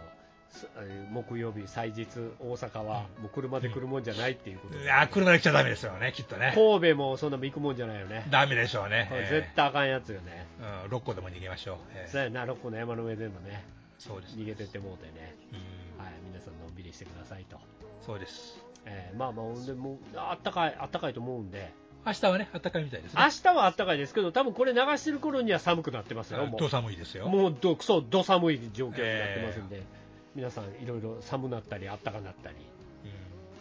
[SPEAKER 2] すえー木曜日、祭日、大阪はもう車で来るもんじゃないっていうことで、
[SPEAKER 3] いや、車で来ちゃダメですよね、きっとね。
[SPEAKER 2] 神戸もそんなもん行くもんじゃないよね、
[SPEAKER 3] ダメでしょうね。
[SPEAKER 2] これ絶対あかんやつよね、
[SPEAKER 3] ええうん、6個でも逃げましょう。ええ
[SPEAKER 2] そうやな、六個の山の上でもね、
[SPEAKER 3] そうです。
[SPEAKER 2] 逃げてってもうてね、
[SPEAKER 3] うん
[SPEAKER 2] はい、皆さんのんびりしてくださいと、
[SPEAKER 3] そうです。え
[SPEAKER 2] えーまあまあ、ほんでもうあったかい、あったかいと思うんで、
[SPEAKER 3] 明日はね、暖かいみたいですね。
[SPEAKER 2] 明日はあったかいですけど、多分これ流してる頃には寒くなってますよ、もう
[SPEAKER 3] ど寒いですよ。
[SPEAKER 2] もうどくそど寒い状況になってますんで、皆さん、いろいろ寒なったり、あったかなったり、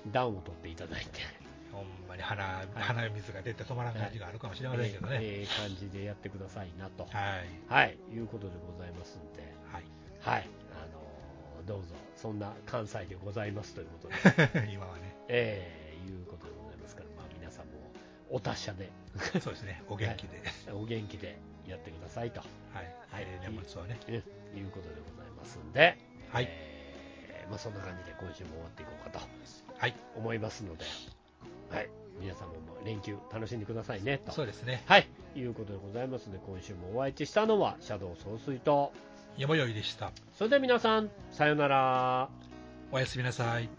[SPEAKER 3] うん
[SPEAKER 2] 暖を取っていただいて、
[SPEAKER 3] ほんまに鼻、鼻水が出て止まらん感じがあるかもしれませんけどね。
[SPEAKER 2] ええ感じでやってくださいなと、
[SPEAKER 3] はい。
[SPEAKER 2] はい、いうことでございますんで、はい、あのーどうぞ、そんな関西でございますということ
[SPEAKER 3] *laughs*
[SPEAKER 2] で、
[SPEAKER 3] はい。 *laughs* 今はね、
[SPEAKER 2] ええいうことでございますから、まあ、皆さんもお達者で、
[SPEAKER 3] そうで
[SPEAKER 2] *laughs*
[SPEAKER 3] すね、お元気で。
[SPEAKER 2] お元気でやってくださいと、
[SPEAKER 3] はい。
[SPEAKER 2] はい
[SPEAKER 3] えー年末はね。
[SPEAKER 2] うんいうことでございますんで、
[SPEAKER 3] はい
[SPEAKER 2] ええまあ、そんな感じで今週も終わっていこうかと。
[SPEAKER 3] はい。
[SPEAKER 2] 思いますので、はい、皆様も連休楽しんでくださいねと
[SPEAKER 3] そうですね。
[SPEAKER 2] はい、いうことでございますので今週もお相手したのはシャドウ総帥と
[SPEAKER 3] よもよいでした。
[SPEAKER 2] それでは皆さんさようなら。
[SPEAKER 3] おやすみなさい。